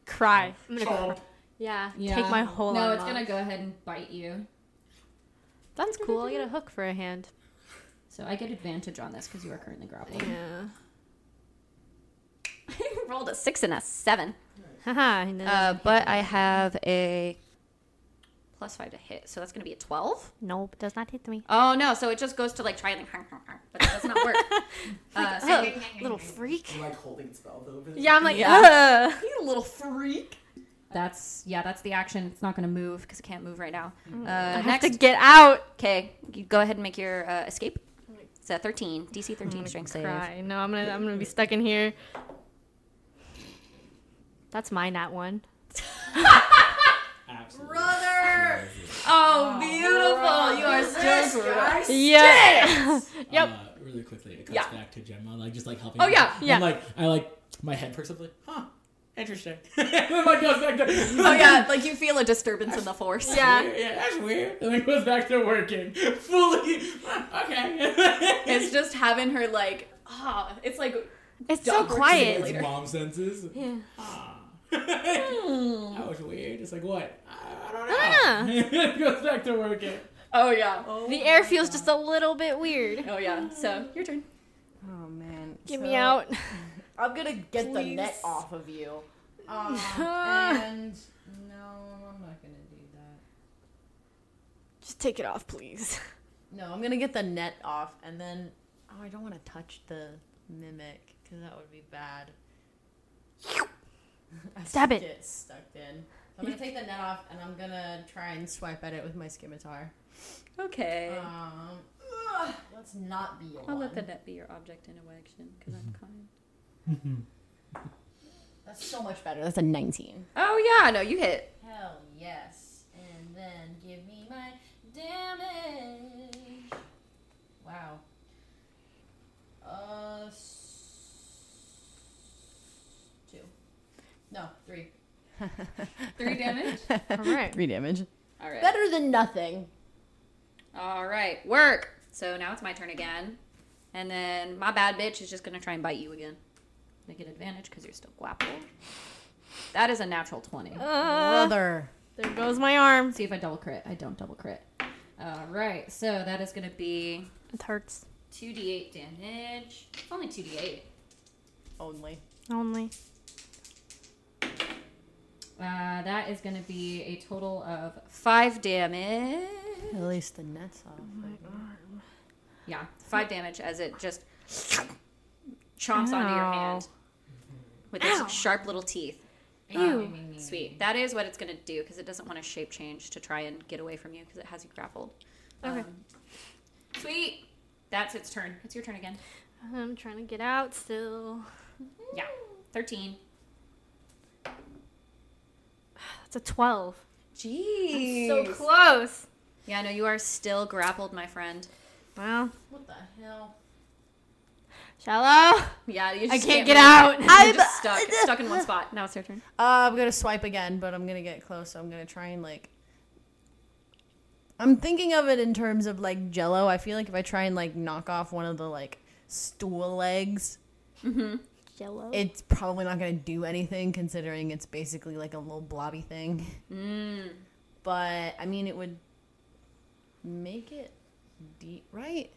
Speaker 5: Cry. I'm gonna cry. Yeah, Take my whole.
Speaker 7: No,
Speaker 5: arm
Speaker 7: it's
Speaker 5: off.
Speaker 7: gonna go ahead and bite you.
Speaker 5: That's cool. I get a hook for a hand.
Speaker 7: So I get advantage on this because you are currently grappling.
Speaker 5: Yeah.
Speaker 7: I rolled a six and a seven.
Speaker 5: Haha. he knows.
Speaker 7: Uh, but I have a plus five to hit, so that's going to be a 12.
Speaker 5: nope, does not hit me.
Speaker 7: Oh, no, so it just goes to like try and like, but that does not work. uh, so
Speaker 5: Oh, little freak.
Speaker 3: I'm like holding its bell over.
Speaker 5: Yeah, I'm like,
Speaker 7: Yeah. you little freak. That's, yeah, that's the action. It's not going to move because it can't move right now. Uh,
Speaker 5: have
Speaker 7: next,
Speaker 5: to get out.
Speaker 7: okay, you go ahead and make your uh, escape. It's a 13, DC 13 strength save.
Speaker 5: Cry. No, I'm gonna, I'm gonna be stuck in here. That's my nat one.
Speaker 3: Absolutely. Uh,
Speaker 7: Oh, beautiful. You are still gross.
Speaker 5: Yeah. Yep.
Speaker 3: Uh, really quickly, it cuts
Speaker 7: Yeah.
Speaker 3: back to Gemma, like just like helping.
Speaker 7: Oh,
Speaker 3: her.
Speaker 7: yeah,
Speaker 3: And,
Speaker 5: yeah.
Speaker 3: like I like my head perks up, like huh, interesting. and then like goes back to.
Speaker 7: Oh, yeah, like you feel a disturbance in the force.
Speaker 5: Yeah.
Speaker 3: Yeah, that's weird. And then goes back to working fully. Okay.
Speaker 7: It's just having her like, ah, it's like
Speaker 5: It's so
Speaker 7: Dogs.
Speaker 5: quiet.
Speaker 7: later.
Speaker 3: It's mom senses.
Speaker 5: Yeah.
Speaker 3: Ah. that
Speaker 7: Hmm.
Speaker 3: was weird. It's like what? I, I
Speaker 5: Ah.
Speaker 3: don't know. it goes back to working.
Speaker 7: Oh yeah.
Speaker 5: The air feels just a little bit weird.
Speaker 7: Oh yeah. So your turn.
Speaker 4: Oh man.
Speaker 5: Get
Speaker 4: So-
Speaker 5: me out.
Speaker 4: I'm gonna get the net
Speaker 5: Please. Ah.
Speaker 4: off of you. Um, and no, I'm not gonna do that.
Speaker 5: Just take it off, please.
Speaker 4: No, I'm gonna get the net off, and then oh, I don't want to touch the mimic because that would be bad. I
Speaker 5: Stab
Speaker 4: just
Speaker 5: it.
Speaker 4: Get stuck in. So I'm gonna take the net off, and I'm gonna try and swipe at it with my scimitar.
Speaker 7: Okay.
Speaker 4: Um, ugh, let's not be a
Speaker 7: I'll
Speaker 4: one.
Speaker 7: let the net be your object in a action because I'm kind.
Speaker 4: That's so much better. That's a 19.
Speaker 7: Oh yeah. No, you hit.
Speaker 4: Hell yes. And then give me my damage. Wow. Uh, s- two. No, three.
Speaker 7: Three damage.
Speaker 5: All right.
Speaker 4: Three damage.
Speaker 7: All right.
Speaker 4: Better than nothing.
Speaker 7: All right. Work. So now it's my turn again, and then my bad bitch is just gonna try and bite you again. Make an advantage because you're still grappled. That is a natural twenty.
Speaker 5: Uh,
Speaker 4: Brother.
Speaker 5: there goes my arm.
Speaker 7: See if I double crit. I don't double crit. All right. So that is gonna be
Speaker 5: It hurts.
Speaker 7: two d8 damage. It's only two d8.
Speaker 4: Only.
Speaker 5: Only.
Speaker 7: Uh, that is going to be a total of five damage.
Speaker 4: At least the net's off.
Speaker 7: Yeah, five damage as it just chomps onto your
Speaker 5: Ow.
Speaker 7: hand with its sharp little teeth.
Speaker 5: Ew.
Speaker 7: Sweet. That is what it's going to do because it doesn't want to shape change to try and get away from you because it has you grappled.
Speaker 5: Okay.
Speaker 7: Um, sweet. That's its turn. It's your turn again.
Speaker 5: I'm trying to get out still.
Speaker 7: Yeah. 13.
Speaker 5: That's a 12.
Speaker 7: Jeez.
Speaker 5: So close.
Speaker 7: Yeah, no, you are still grappled, my friend.
Speaker 5: Well,
Speaker 4: What the hell?
Speaker 5: shallow.
Speaker 7: Yeah, you
Speaker 5: I
Speaker 7: just
Speaker 5: can't get
Speaker 7: move.
Speaker 5: out.
Speaker 7: I'm just stuck. It's stuck in one spot. Now it's your turn.
Speaker 4: Uh, I'm gonna swipe again, but I'm gonna get close. So I'm gonna try and like. I'm thinking of it in terms of like Jello. I feel like if I try and like knock off one of the like stool legs,
Speaker 7: Oh.
Speaker 5: Jello.
Speaker 4: it's probably not gonna do anything considering it's basically like a little blobby thing.
Speaker 7: Hmm.
Speaker 4: But I mean, it would make it deep, right?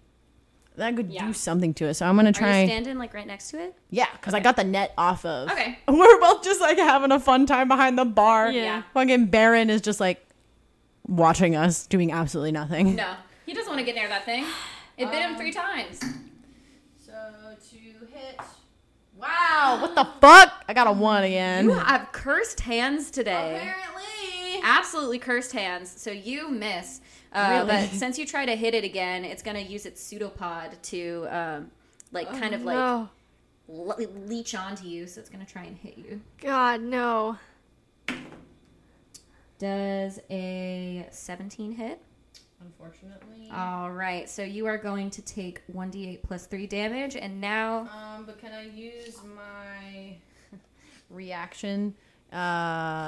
Speaker 4: That could
Speaker 7: Yeah.
Speaker 4: do something to it. So I'm gonna
Speaker 7: Are you
Speaker 4: try.
Speaker 7: standing like right next to it?
Speaker 4: Yeah, because I got the net off of.
Speaker 7: Okay.
Speaker 4: We're both just like having a fun time behind the bar.
Speaker 5: Yeah.
Speaker 4: Fucking Baron is just like watching us doing absolutely nothing.
Speaker 7: No, he doesn't want to get near that thing. It bit him three times.
Speaker 4: So to hit. Wow, what the fuck? I got a one
Speaker 7: You
Speaker 4: again.
Speaker 7: have cursed hands today.
Speaker 4: Apparently.
Speaker 7: Absolutely cursed hands. So you miss. Uh,
Speaker 4: Really?
Speaker 7: But since you try to hit it again, it's going to use its pseudopod to um, like
Speaker 4: Oh,
Speaker 7: kind of like
Speaker 5: no.
Speaker 7: le- leech onto you. So it's going to try and hit you.
Speaker 5: God, no.
Speaker 7: Does a 17 hit?
Speaker 4: Unfortunately.
Speaker 7: All right. So you are going to take 1d8 plus 3 damage. And now.
Speaker 4: Um, but can I use my reaction? Uh,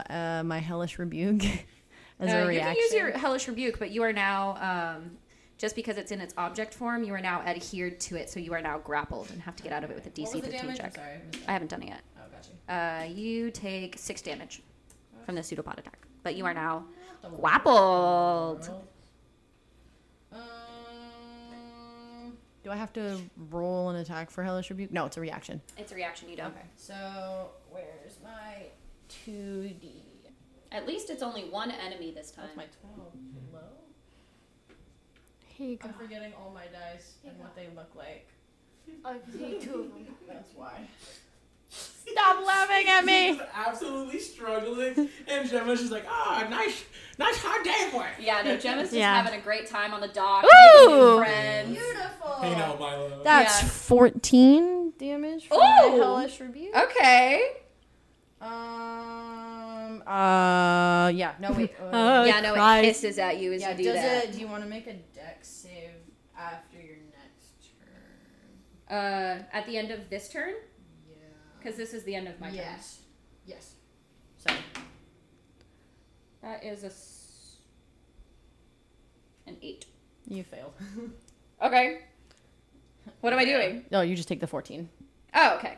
Speaker 4: uh, my hellish rebuke as
Speaker 7: Uh,
Speaker 4: a reaction.
Speaker 7: You can use your hellish rebuke, but you are now um, just because it's in its object form, you are now adhered to it, so you are now grappled and have to get out of it with a
Speaker 4: What
Speaker 7: DC
Speaker 4: was the
Speaker 7: 15
Speaker 4: damage? I'm
Speaker 7: check.
Speaker 4: sorry, I missed
Speaker 7: I haven't done it yet.
Speaker 4: that. Oh, gotcha.
Speaker 7: Uh, you take six damage from the pseudopod attack, but you are now
Speaker 4: Double
Speaker 7: grappled.
Speaker 4: Um, Do I have to roll an attack for hellish rebuke? No, it's a reaction.
Speaker 7: It's a reaction, you don't.
Speaker 4: So where's my two D?
Speaker 7: At least it's only one enemy this time.
Speaker 4: twelve. Hello. Ah.
Speaker 5: Here you go.
Speaker 4: forgetting all my dice and what they look like. That's why.
Speaker 5: Stop laughing at me.
Speaker 3: He's absolutely struggling, and Gemma's just like, ah, nice, nice hard day for it.
Speaker 7: yeah, no, Gemma's just
Speaker 5: Yeah.
Speaker 7: having a great time on the dock,
Speaker 5: Ooh!
Speaker 7: making
Speaker 5: Oh,
Speaker 7: new friends.
Speaker 3: Hey, no, Milo.
Speaker 4: That's
Speaker 7: Yeah.
Speaker 4: fourteen damage for my
Speaker 7: Ooh.
Speaker 4: hellish rebuke.
Speaker 7: Okay.
Speaker 4: Um. Uh. Yeah. No. Wait. Uh,
Speaker 5: Oh,
Speaker 7: yeah, no,
Speaker 5: Christ.
Speaker 7: it hisses at you as
Speaker 4: yeah.
Speaker 7: you do
Speaker 4: does
Speaker 7: that.
Speaker 4: it? Do you want to make a deck save after your next turn?
Speaker 7: Uh, at the end of this turn,
Speaker 4: Yeah.
Speaker 7: because this is the end of my
Speaker 4: yes. Yes. So
Speaker 7: turn. That is a s- an eight.
Speaker 4: you failed.
Speaker 7: Okay. What am I doing?
Speaker 4: No, you just take the fourteen.
Speaker 7: Oh, okay.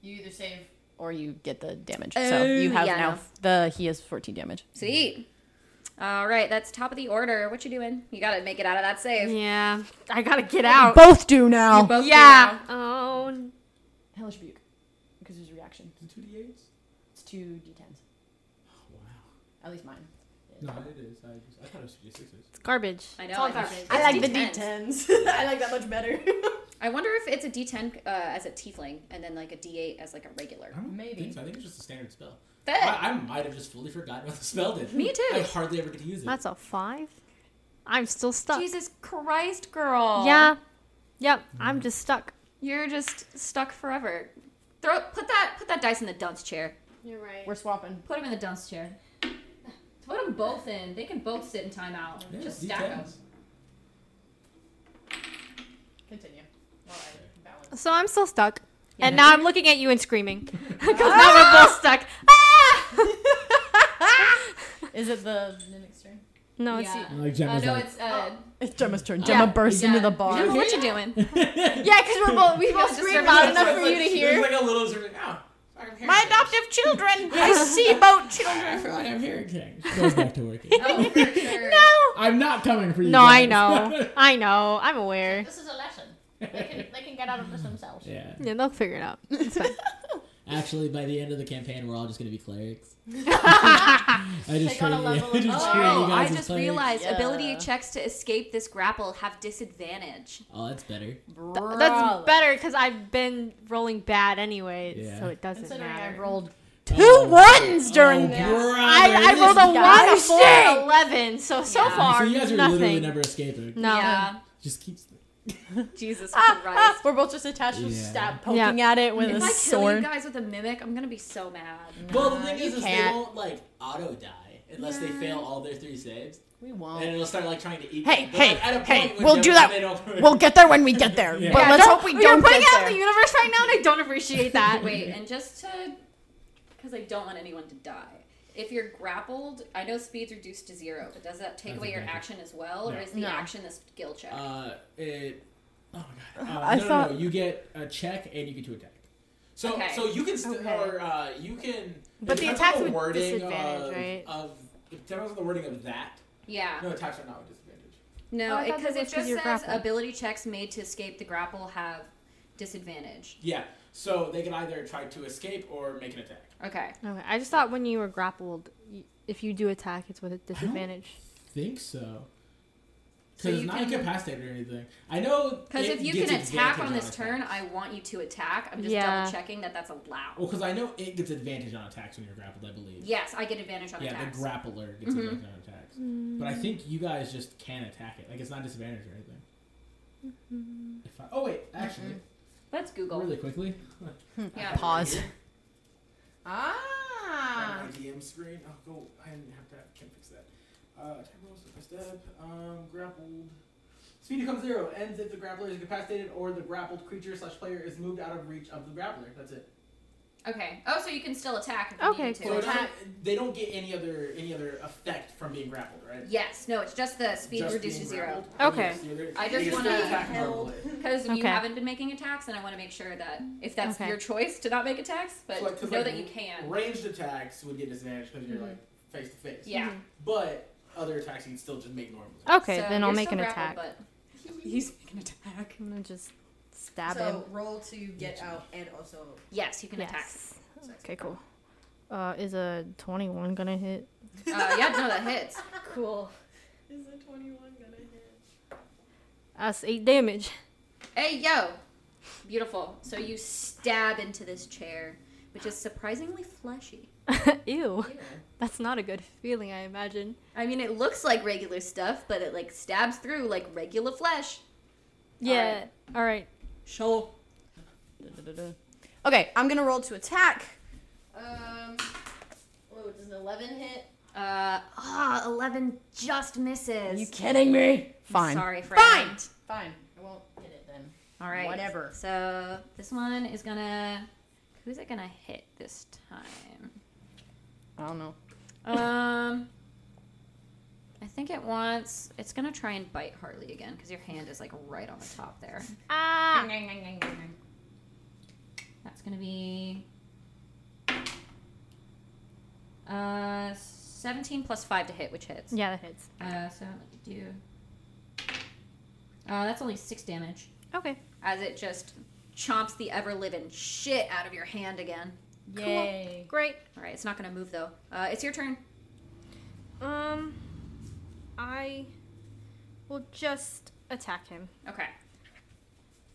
Speaker 4: You either save or you get the damage. so you have
Speaker 7: yeah,
Speaker 4: now
Speaker 7: no.
Speaker 4: the he has fourteen damage.
Speaker 7: Sweet. All right, that's top of the order. What you doing? You gotta make it out of that save.
Speaker 5: Yeah, I gotta get out.
Speaker 4: Both do now.
Speaker 7: You both do
Speaker 5: yeah.
Speaker 7: now.
Speaker 5: Oh, n-
Speaker 4: Hellish rebuke because there's a reaction.
Speaker 3: Is it two D eights?
Speaker 4: It's two d10s.
Speaker 3: Wow.
Speaker 4: At least mine.
Speaker 3: No, it is. I, just, I thought it was two D sixes.
Speaker 5: it's garbage.
Speaker 7: I know.
Speaker 5: It's all
Speaker 7: I know.
Speaker 5: garbage.
Speaker 7: It's D10s.
Speaker 4: d10s. I like that much better.
Speaker 7: I wonder if it's a D10 uh, as a tiefling and then like a D8 as like a regular.
Speaker 3: I don't
Speaker 4: Maybe.
Speaker 3: think so. I think it's just a standard spell.
Speaker 7: But
Speaker 3: I, I might have just fully forgotten what the spell did.
Speaker 7: Me too.
Speaker 3: I hardly ever get to use it.
Speaker 5: That's a five. I'm still stuck.
Speaker 7: Jesus Christ, girl.
Speaker 5: Yeah. Yep. I'm just stuck.
Speaker 7: You're just stuck forever. Throw put that put that dice in the dunce chair.
Speaker 5: You're right.
Speaker 4: We're swapping.
Speaker 7: Put them in the dunce chair. Put them both in. They can both sit in timeout.
Speaker 3: Yeah,
Speaker 7: Just stack them.
Speaker 3: D10s.
Speaker 4: Continue. Well, I balance.
Speaker 5: So I'm still stuck.
Speaker 7: Yeah.
Speaker 5: And now I'm looking at you and screaming because now we're both stuck. Ah!
Speaker 4: Is it the mimic's turn?
Speaker 5: No, it's
Speaker 7: Yeah.
Speaker 3: Like
Speaker 7: Uh,
Speaker 3: Gemma's
Speaker 7: no,
Speaker 3: like,
Speaker 7: it's uh,
Speaker 4: It's Gemma's turn.
Speaker 7: Gemma
Speaker 4: Gemma
Speaker 7: Yeah.
Speaker 4: bursts into the
Speaker 7: Gemma,
Speaker 4: bar.
Speaker 7: what you doing?
Speaker 5: yeah, because we're both we both
Speaker 7: just
Speaker 5: scream
Speaker 7: scream
Speaker 5: loud
Speaker 7: out
Speaker 5: enough
Speaker 3: It's
Speaker 5: for
Speaker 3: like-
Speaker 5: you to
Speaker 3: it's
Speaker 5: hear.
Speaker 3: like a little sort of, oh, fucking hair
Speaker 5: My
Speaker 3: thing.
Speaker 5: adoptive children, I see both
Speaker 3: I
Speaker 5: children.
Speaker 3: feel like I'm hearing things. Goes back to working.
Speaker 7: Oh, for sure.
Speaker 3: I'm not coming for you.
Speaker 5: No, I
Speaker 3: guys.
Speaker 5: know, I know, I'm aware.
Speaker 6: This is a lesson. They can, they can get out of this themselves.
Speaker 3: yeah.
Speaker 5: Yeah, they'll figure it out. It's fine.
Speaker 3: Actually, by the end of the campaign, we're all just gonna be clerics. I just
Speaker 4: Take on a
Speaker 3: treated- I
Speaker 4: level of-
Speaker 3: just treated you
Speaker 7: Oh, I
Speaker 3: guys as
Speaker 7: just
Speaker 3: clerics.
Speaker 7: realized
Speaker 4: Yeah.
Speaker 7: ability checks to escape this grapple have disadvantage.
Speaker 3: Oh, that's better.
Speaker 5: Th- That's better because I've been rolling bad anyway,
Speaker 3: Yeah.
Speaker 5: so it doesn't
Speaker 4: Considering I
Speaker 5: matter.
Speaker 4: rolled
Speaker 3: Two
Speaker 5: Two ones during
Speaker 3: oh,
Speaker 5: this.
Speaker 3: brother,
Speaker 5: I, I
Speaker 3: this
Speaker 5: rolled a
Speaker 4: guy-
Speaker 5: one, a four, and
Speaker 4: Shit.
Speaker 5: eleven. So so
Speaker 7: Yeah.
Speaker 5: far,
Speaker 3: So you guys are literally
Speaker 5: nothing.
Speaker 3: never escaping.
Speaker 5: no.
Speaker 7: Yeah.
Speaker 3: Just keeps.
Speaker 7: Jesus
Speaker 4: Ah,
Speaker 7: fucking
Speaker 4: ah,
Speaker 7: Christ.
Speaker 4: we're both just attached to
Speaker 3: Yeah.
Speaker 4: stab poking at it with
Speaker 7: If
Speaker 4: a
Speaker 7: I kill you
Speaker 4: sword.
Speaker 7: guys with a mimic, I'm gonna be so mad.
Speaker 3: Well, the thing is, is they
Speaker 4: can't.
Speaker 3: won't like auto die unless they fail all their three saves,
Speaker 4: We
Speaker 3: and
Speaker 4: won't.
Speaker 3: it'll start like trying to eat.
Speaker 4: Hey,
Speaker 3: them. But
Speaker 4: hey,
Speaker 3: at- at a
Speaker 4: hey,
Speaker 3: point when
Speaker 4: we'll
Speaker 3: they-
Speaker 4: do
Speaker 3: when
Speaker 4: that.
Speaker 3: They don't,
Speaker 4: We'll get there when we get there.
Speaker 3: Yeah.
Speaker 4: But
Speaker 5: Yeah,
Speaker 4: let's hope we
Speaker 5: You're
Speaker 4: don't
Speaker 5: putting
Speaker 4: get
Speaker 5: it out
Speaker 4: there.
Speaker 5: in the universe right now, and I don't appreciate that.
Speaker 7: Wait,
Speaker 3: Mm-hmm.
Speaker 7: and just to, because I don't want anyone to die. If you're grappled, I know speed's reduced to zero, but does that take
Speaker 3: That's
Speaker 7: away your
Speaker 3: okay.
Speaker 7: action as well, or
Speaker 3: No.
Speaker 7: is the
Speaker 4: No.
Speaker 7: action the skill check?
Speaker 3: Uh, it. Oh my god. Uh,
Speaker 4: I
Speaker 3: no, no,
Speaker 4: thought-
Speaker 3: no, you get a check and you get to attack. So
Speaker 7: Okay.
Speaker 3: so you can st-
Speaker 5: Okay.
Speaker 3: or uh, you can.
Speaker 5: But
Speaker 3: it
Speaker 5: the
Speaker 3: depends on
Speaker 5: attacks
Speaker 3: the
Speaker 5: with
Speaker 3: wording
Speaker 5: disadvantage,
Speaker 3: of,
Speaker 5: right?
Speaker 3: Of it depends on the wording of that.
Speaker 7: yeah.
Speaker 3: No attacks are not with disadvantage.
Speaker 7: No,
Speaker 5: Oh, I thought
Speaker 7: because
Speaker 5: that
Speaker 7: it
Speaker 5: was
Speaker 7: just
Speaker 5: 'cause
Speaker 7: says
Speaker 5: you're grappled.
Speaker 7: ability checks made to escape the grapple have disadvantage.
Speaker 3: Yeah. So they can either try to escape or make an attack.
Speaker 7: Okay.
Speaker 5: Okay, I just thought when you were grappled, y- if you do attack, it's with a disadvantage.
Speaker 3: Think so.
Speaker 7: So
Speaker 3: Because
Speaker 7: you
Speaker 3: it's not
Speaker 7: can-
Speaker 3: incapacitated or anything. I know.
Speaker 7: Because
Speaker 3: it
Speaker 7: if you
Speaker 3: gets
Speaker 7: can attack
Speaker 3: advantage
Speaker 7: on this turn,
Speaker 3: attacks.
Speaker 7: I want you to attack. I'm just
Speaker 5: Yeah.
Speaker 7: double checking that that's allowed.
Speaker 3: Well, because I know it gets advantage on attacks when you're grappled. I believe.
Speaker 7: Yes, I get advantage on
Speaker 3: Yeah,
Speaker 7: attacks. Mm-hmm.
Speaker 3: the grappler gets advantage on attacks. But I think you guys just can attack it. Like it's not disadvantage or anything. If I, oh wait, actually,
Speaker 7: Let's Mm-hmm. Google.
Speaker 3: really quickly.
Speaker 7: Yeah.
Speaker 4: Pause.
Speaker 3: On
Speaker 4: Ah.
Speaker 7: Um,
Speaker 3: my DM screen. Oh, go. I didn't have that. Can't fix that. Uh, attack rolls step by step. Um, grappled. Speed becomes zero. Ends if the grappler is incapacitated or the grappled creature slash player is moved out of reach of the grappler. That's it.
Speaker 7: Okay. Oh, so you can still attack if you
Speaker 5: Okay,
Speaker 7: need to.
Speaker 5: cool.
Speaker 3: So it
Speaker 5: Attack.
Speaker 3: doesn't- they don't get any other any other effect from being grappled, right?
Speaker 7: Yes. No, it's just the speed
Speaker 3: Just
Speaker 7: reduced to
Speaker 3: being
Speaker 7: zero.
Speaker 3: grappled. Oh,
Speaker 5: Okay.
Speaker 3: yes, you're-
Speaker 7: I
Speaker 3: you
Speaker 7: just
Speaker 3: get
Speaker 7: wanna-
Speaker 3: to attack normally.
Speaker 7: Because you
Speaker 5: Okay.
Speaker 7: haven't been making attacks, and I want to make sure that if that's
Speaker 5: Okay.
Speaker 7: your choice to not make attacks, but
Speaker 3: So, like, 'cause,
Speaker 7: know
Speaker 3: like,
Speaker 7: that you can.
Speaker 3: Ranged attacks would get disadvantage because you're like face to face.
Speaker 7: Yeah.
Speaker 3: But other attacks you can still just make normally.
Speaker 5: Okay,
Speaker 7: So
Speaker 5: then I'll
Speaker 7: you're
Speaker 5: make
Speaker 7: still
Speaker 5: an
Speaker 7: grappled,
Speaker 5: attack.
Speaker 7: but- He's making attack.
Speaker 5: I'm gonna just stab him.
Speaker 8: So roll to get out and also
Speaker 7: Yes, you can
Speaker 5: Yes. Okay, cool. Uh, is a 21 gonna hit?
Speaker 7: attack. Uh, yeah, no, that hits.
Speaker 5: Cool.
Speaker 8: Is a twenty one gonna hit?
Speaker 5: That's eight damage.
Speaker 7: Hey, yo! Beautiful. So you stab into this chair, which is surprisingly fleshy.
Speaker 5: Ew. That's not a good feeling, I imagine.
Speaker 7: I mean, it looks like regular stuff, but it like stabs through like regular flesh.
Speaker 5: Yeah. All right.
Speaker 7: Sure.
Speaker 4: Okay, I'm gonna roll to attack. Um, oh, does an 11 hit?
Speaker 7: Uh, ah, 11 just misses.
Speaker 4: kidding me? Fine.
Speaker 7: Sorry, friend.
Speaker 4: Fine. Fine. I won't hit it then.
Speaker 7: All right.
Speaker 4: Whatever.
Speaker 7: So this one is gonna. Who's it gonna hit this time?
Speaker 4: I don't know.
Speaker 7: Um, I think it wants. It's gonna try and bite Harley again because your hand is like right on the top there.
Speaker 5: Ah.
Speaker 7: That's gonna be. Uh, seventeen plus five to hit, which hits.
Speaker 5: Yeah, that hits.
Speaker 7: Uh, so let me do. Uh, that's only six damage
Speaker 5: Okay.
Speaker 7: as it just chomps the ever living shit out of your hand again.
Speaker 4: Yay.
Speaker 5: Great.
Speaker 7: All right, it's not gonna move though. Uh, it's your turn.
Speaker 5: Um, I will just attack him.
Speaker 7: Okay.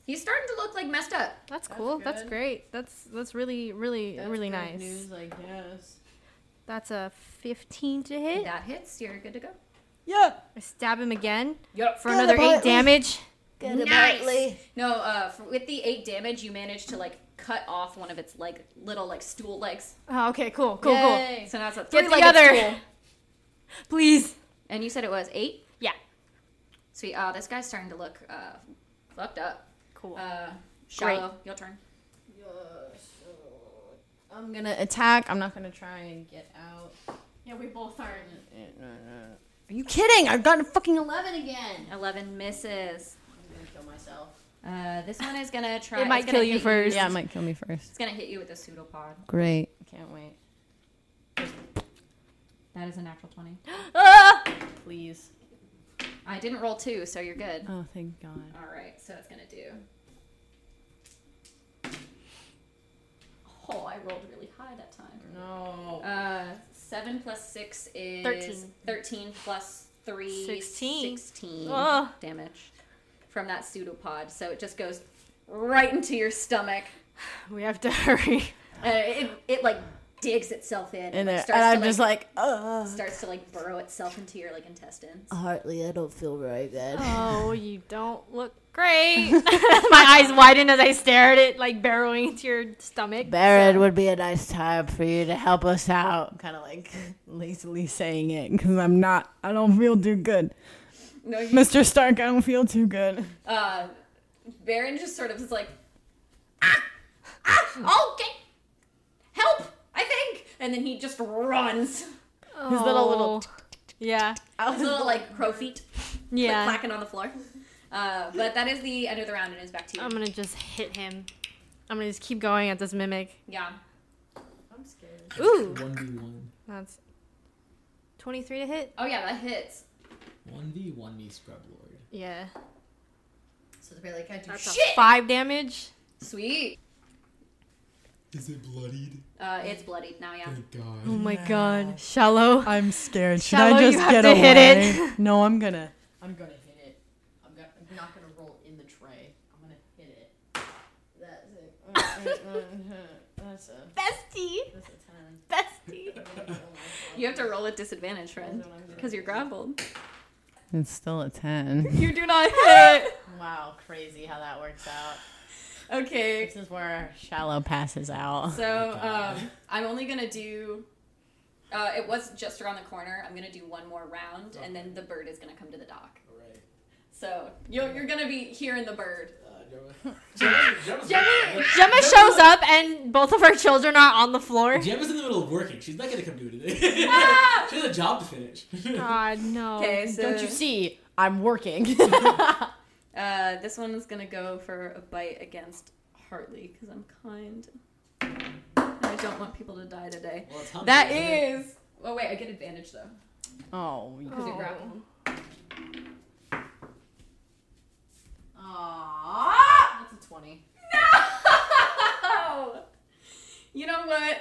Speaker 7: He's starting to look like messed up.
Speaker 5: That's cool. That's,
Speaker 4: good.
Speaker 5: great. That's that's really really really nice.
Speaker 4: I guess.
Speaker 5: That's a 15 to hit.
Speaker 7: That hits. You're good to go.
Speaker 4: Yeah.
Speaker 5: I stab him again
Speaker 7: Yep.
Speaker 5: for
Speaker 6: Good
Speaker 5: another
Speaker 6: boy, Lee.
Speaker 5: 8 damage.
Speaker 6: Good about
Speaker 7: Nice.
Speaker 6: Lee.
Speaker 7: No, uh, for, with the eight damage, you managed to like cut off one of its like little like stool legs.
Speaker 5: Oh, okay, cool. Cool, cool.
Speaker 7: So now it's a
Speaker 5: Get the
Speaker 7: three-legged
Speaker 5: other.
Speaker 7: stool.
Speaker 5: Please.
Speaker 7: And you said it was eight.
Speaker 5: Yeah.
Speaker 7: Sweet. Uh, this guy's starting to look uh, fucked up.
Speaker 5: Cool.
Speaker 7: Uh, shallow. Your turn.
Speaker 4: uh, I'm gonna attack. I'm not gonna try and get out. Eh,
Speaker 5: yeah, we both are.
Speaker 4: Are you kidding? I've gotten a fucking 11 again.
Speaker 7: Eleven misses.
Speaker 4: I'm gonna kill myself.
Speaker 7: Uh, this one is gonna try.
Speaker 5: It might
Speaker 7: it's gonna
Speaker 5: kill you
Speaker 7: hit
Speaker 5: first.
Speaker 4: Yeah, it might kill me first.
Speaker 7: It's gonna hit you with a pseudopod.
Speaker 4: Great. Can't wait.
Speaker 7: That is a natural twenty.
Speaker 5: Ah!
Speaker 4: Please.
Speaker 7: I didn't roll two, so you're good.
Speaker 4: Oh, thank God.
Speaker 7: All right, so it's gonna do. Oh, I rolled really high that time.
Speaker 4: No.
Speaker 7: Uh, seven plus six is
Speaker 5: Thirteen.
Speaker 7: Thirteen plus three,
Speaker 5: Sixteen.
Speaker 7: 16
Speaker 5: Ugh.
Speaker 7: damage from that pseudopod. So it just goes right into your stomach.
Speaker 5: We have to hurry.
Speaker 7: Uh, it, it like digs itself in
Speaker 4: And,
Speaker 7: like,
Speaker 4: there- and
Speaker 7: starts
Speaker 4: I'm
Speaker 7: to
Speaker 4: just like, ugh.
Speaker 7: starts to like burrow itself into your like intestines.
Speaker 6: Hartley, I don't feel very good.
Speaker 5: Oh, you don't look great. My eyes widen as I stare at it, like burrowing into your stomach.
Speaker 6: Baron would be a nice time for you to help us out.
Speaker 4: I'm kind of like lazily saying it because I'm not, I don't feel too good.
Speaker 7: No, you,
Speaker 4: Mr. Stark, I don't feel too good.
Speaker 7: uh, Baron just sort of is like, ah, ah, okay, help, I think, and then he just runs.
Speaker 4: His little, little-
Speaker 5: Oh. Yeah.
Speaker 7: His little like crow feet
Speaker 5: Yeah.
Speaker 7: clacking on the floor. Uh, but that is the end of the round, and it's back to you.
Speaker 5: I'm gonna just hit him. I'm gonna just keep going at this mimic.
Speaker 7: yeah,
Speaker 8: I'm scared.
Speaker 5: Ooh,
Speaker 3: One v one.
Speaker 5: that's 23 to hit.
Speaker 7: oh yeah, that hits.
Speaker 3: One v one me scrub lord.
Speaker 5: Yeah,
Speaker 8: So they're like, I do
Speaker 5: that's a
Speaker 7: Shit!
Speaker 5: five damage.
Speaker 7: Sweet.
Speaker 3: Is it bloodied?
Speaker 7: Uh, it's bloodied now. Yeah.
Speaker 3: Thank God.
Speaker 5: Oh my god, shallow.
Speaker 4: I'm scared. Should
Speaker 5: Shallow,
Speaker 4: I
Speaker 5: you
Speaker 4: just
Speaker 5: have
Speaker 4: get
Speaker 5: to
Speaker 4: away?
Speaker 5: hit
Speaker 4: No, I'm gonna.
Speaker 8: I'm gonna hit it. I'm, go- I'm not gonna roll in the tray. I'm gonna hit it. That's it. That's a.
Speaker 5: Bestie,
Speaker 8: That's a
Speaker 5: bestie.
Speaker 8: ten.
Speaker 7: You have to roll at disadvantage, friend, because you're grappled.
Speaker 4: It's still a 10.
Speaker 5: You do not hit.
Speaker 4: Wow, crazy how that works out.
Speaker 7: Okay.
Speaker 4: This is where Shallow passes out.
Speaker 7: So um, I'm only gonna do. Uh, it was just around the corner. I'm gonna do one more round, and then the bird is gonna come to the dock.
Speaker 3: Alright.
Speaker 7: So you're, you're gonna be hearing the bird.
Speaker 3: Uh, Gemma. Gemma- Gemma's- Gemma-
Speaker 5: Gemma shows up and both of her children are on the floor.
Speaker 3: Gemma's in the middle of working. She's not gonna come do anything. she has a job to finish.
Speaker 5: God no.
Speaker 7: Okay, so
Speaker 4: Um, Don't you see? I'm working.
Speaker 7: Uh, this one is gonna go for a bite against Hartley because I'm kind. And I don't want people to die today.
Speaker 3: Well, it's hump
Speaker 7: That
Speaker 3: day,
Speaker 7: is. Oh wait, I get advantage though
Speaker 4: oh,
Speaker 7: because you're
Speaker 5: Oh.
Speaker 7: grappled. Aww.
Speaker 8: That's a 20.
Speaker 7: Oh. You know what?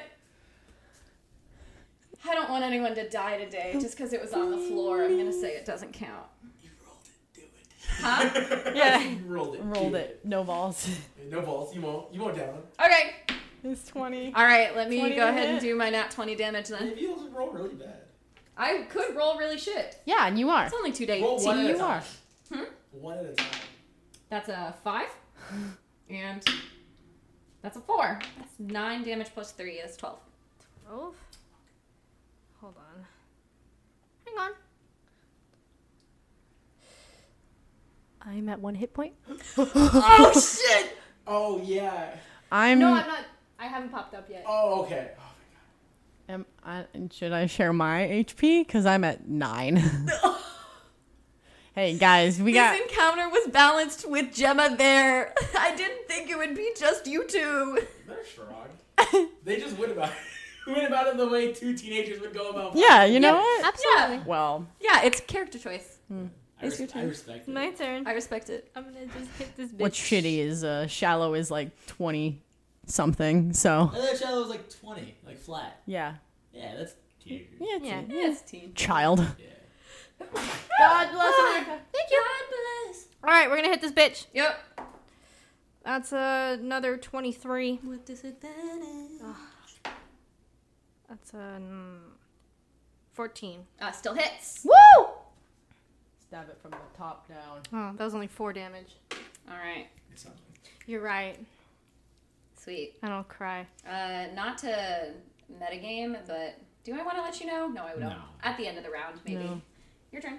Speaker 7: I don't want anyone to die today just because it was on the floor. I'm gonna say it doesn't count.
Speaker 3: You rolled it. Do it.
Speaker 7: Huh? Yeah.
Speaker 3: You rolled it.
Speaker 4: Rolled
Speaker 3: do
Speaker 4: it. No balls.
Speaker 3: No balls. You won't. You won't down him.
Speaker 7: Okay.
Speaker 5: It's 20.
Speaker 7: All right. Let me
Speaker 5: 20
Speaker 7: go
Speaker 5: to
Speaker 7: ahead and
Speaker 5: hit.
Speaker 7: do my nat 20 damage then.
Speaker 3: Maybe he'll roll really bad.
Speaker 7: I could roll really shit.
Speaker 4: Yeah, and you are.
Speaker 7: It's only two days.
Speaker 3: Roll one at a
Speaker 4: You
Speaker 3: time.
Speaker 4: are.
Speaker 3: One at a time.
Speaker 7: That's a five. And that's a four. That's nine damage plus three. That's 12.
Speaker 5: 12. Hold on. Hang on. I'm at one hit point.
Speaker 3: oh shit! Oh yeah.
Speaker 4: I'm.
Speaker 5: No, I'm not. I haven't popped up yet.
Speaker 3: Oh okay. Oh,
Speaker 4: am I, should I share my HP? Because I'm at nine. hey guys, we got.
Speaker 7: This encounter was balanced with Gemma there. I didn't think it would be just you two.
Speaker 3: They're strong. they just went about it. went about it the way two teenagers would go about.
Speaker 4: Yeah, you know what?
Speaker 5: Absolutely.
Speaker 4: Well,
Speaker 7: Yeah, it's character choice.
Speaker 3: I,
Speaker 7: It's your
Speaker 3: res- I
Speaker 7: turn.
Speaker 3: respect it.
Speaker 5: My turn.
Speaker 7: I respect it.
Speaker 5: I'm gonna just hit this bitch.
Speaker 4: what's shitty is uh, shallow is like twenty something. So
Speaker 3: I thought Shadow was like twenty, like flat.
Speaker 4: yeah,
Speaker 3: Yeah, that's teenagers.
Speaker 4: yeah, it's
Speaker 5: Yeah.
Speaker 4: a
Speaker 7: Yes, teen.
Speaker 4: child. Ah.
Speaker 3: Yeah.
Speaker 5: God bless America.
Speaker 7: Thank you. God bless.
Speaker 5: All right, we're gonna hit this bitch.
Speaker 7: Yep.
Speaker 5: That's uh, another 23.
Speaker 7: With disadvantage.
Speaker 5: That's uh, mm, 14.
Speaker 7: Uh, still hits.
Speaker 4: Woo!
Speaker 8: Stab it from the top down.
Speaker 5: Oh, that was only four damage.
Speaker 7: All right.
Speaker 3: It's something.
Speaker 5: You're right.
Speaker 7: Sweet.
Speaker 5: I don't cry.
Speaker 7: Uh, not to metagame, but do I want to let you know? No, I don't.
Speaker 3: No.
Speaker 7: At the end of the round, maybe.
Speaker 4: No.
Speaker 7: Your turn.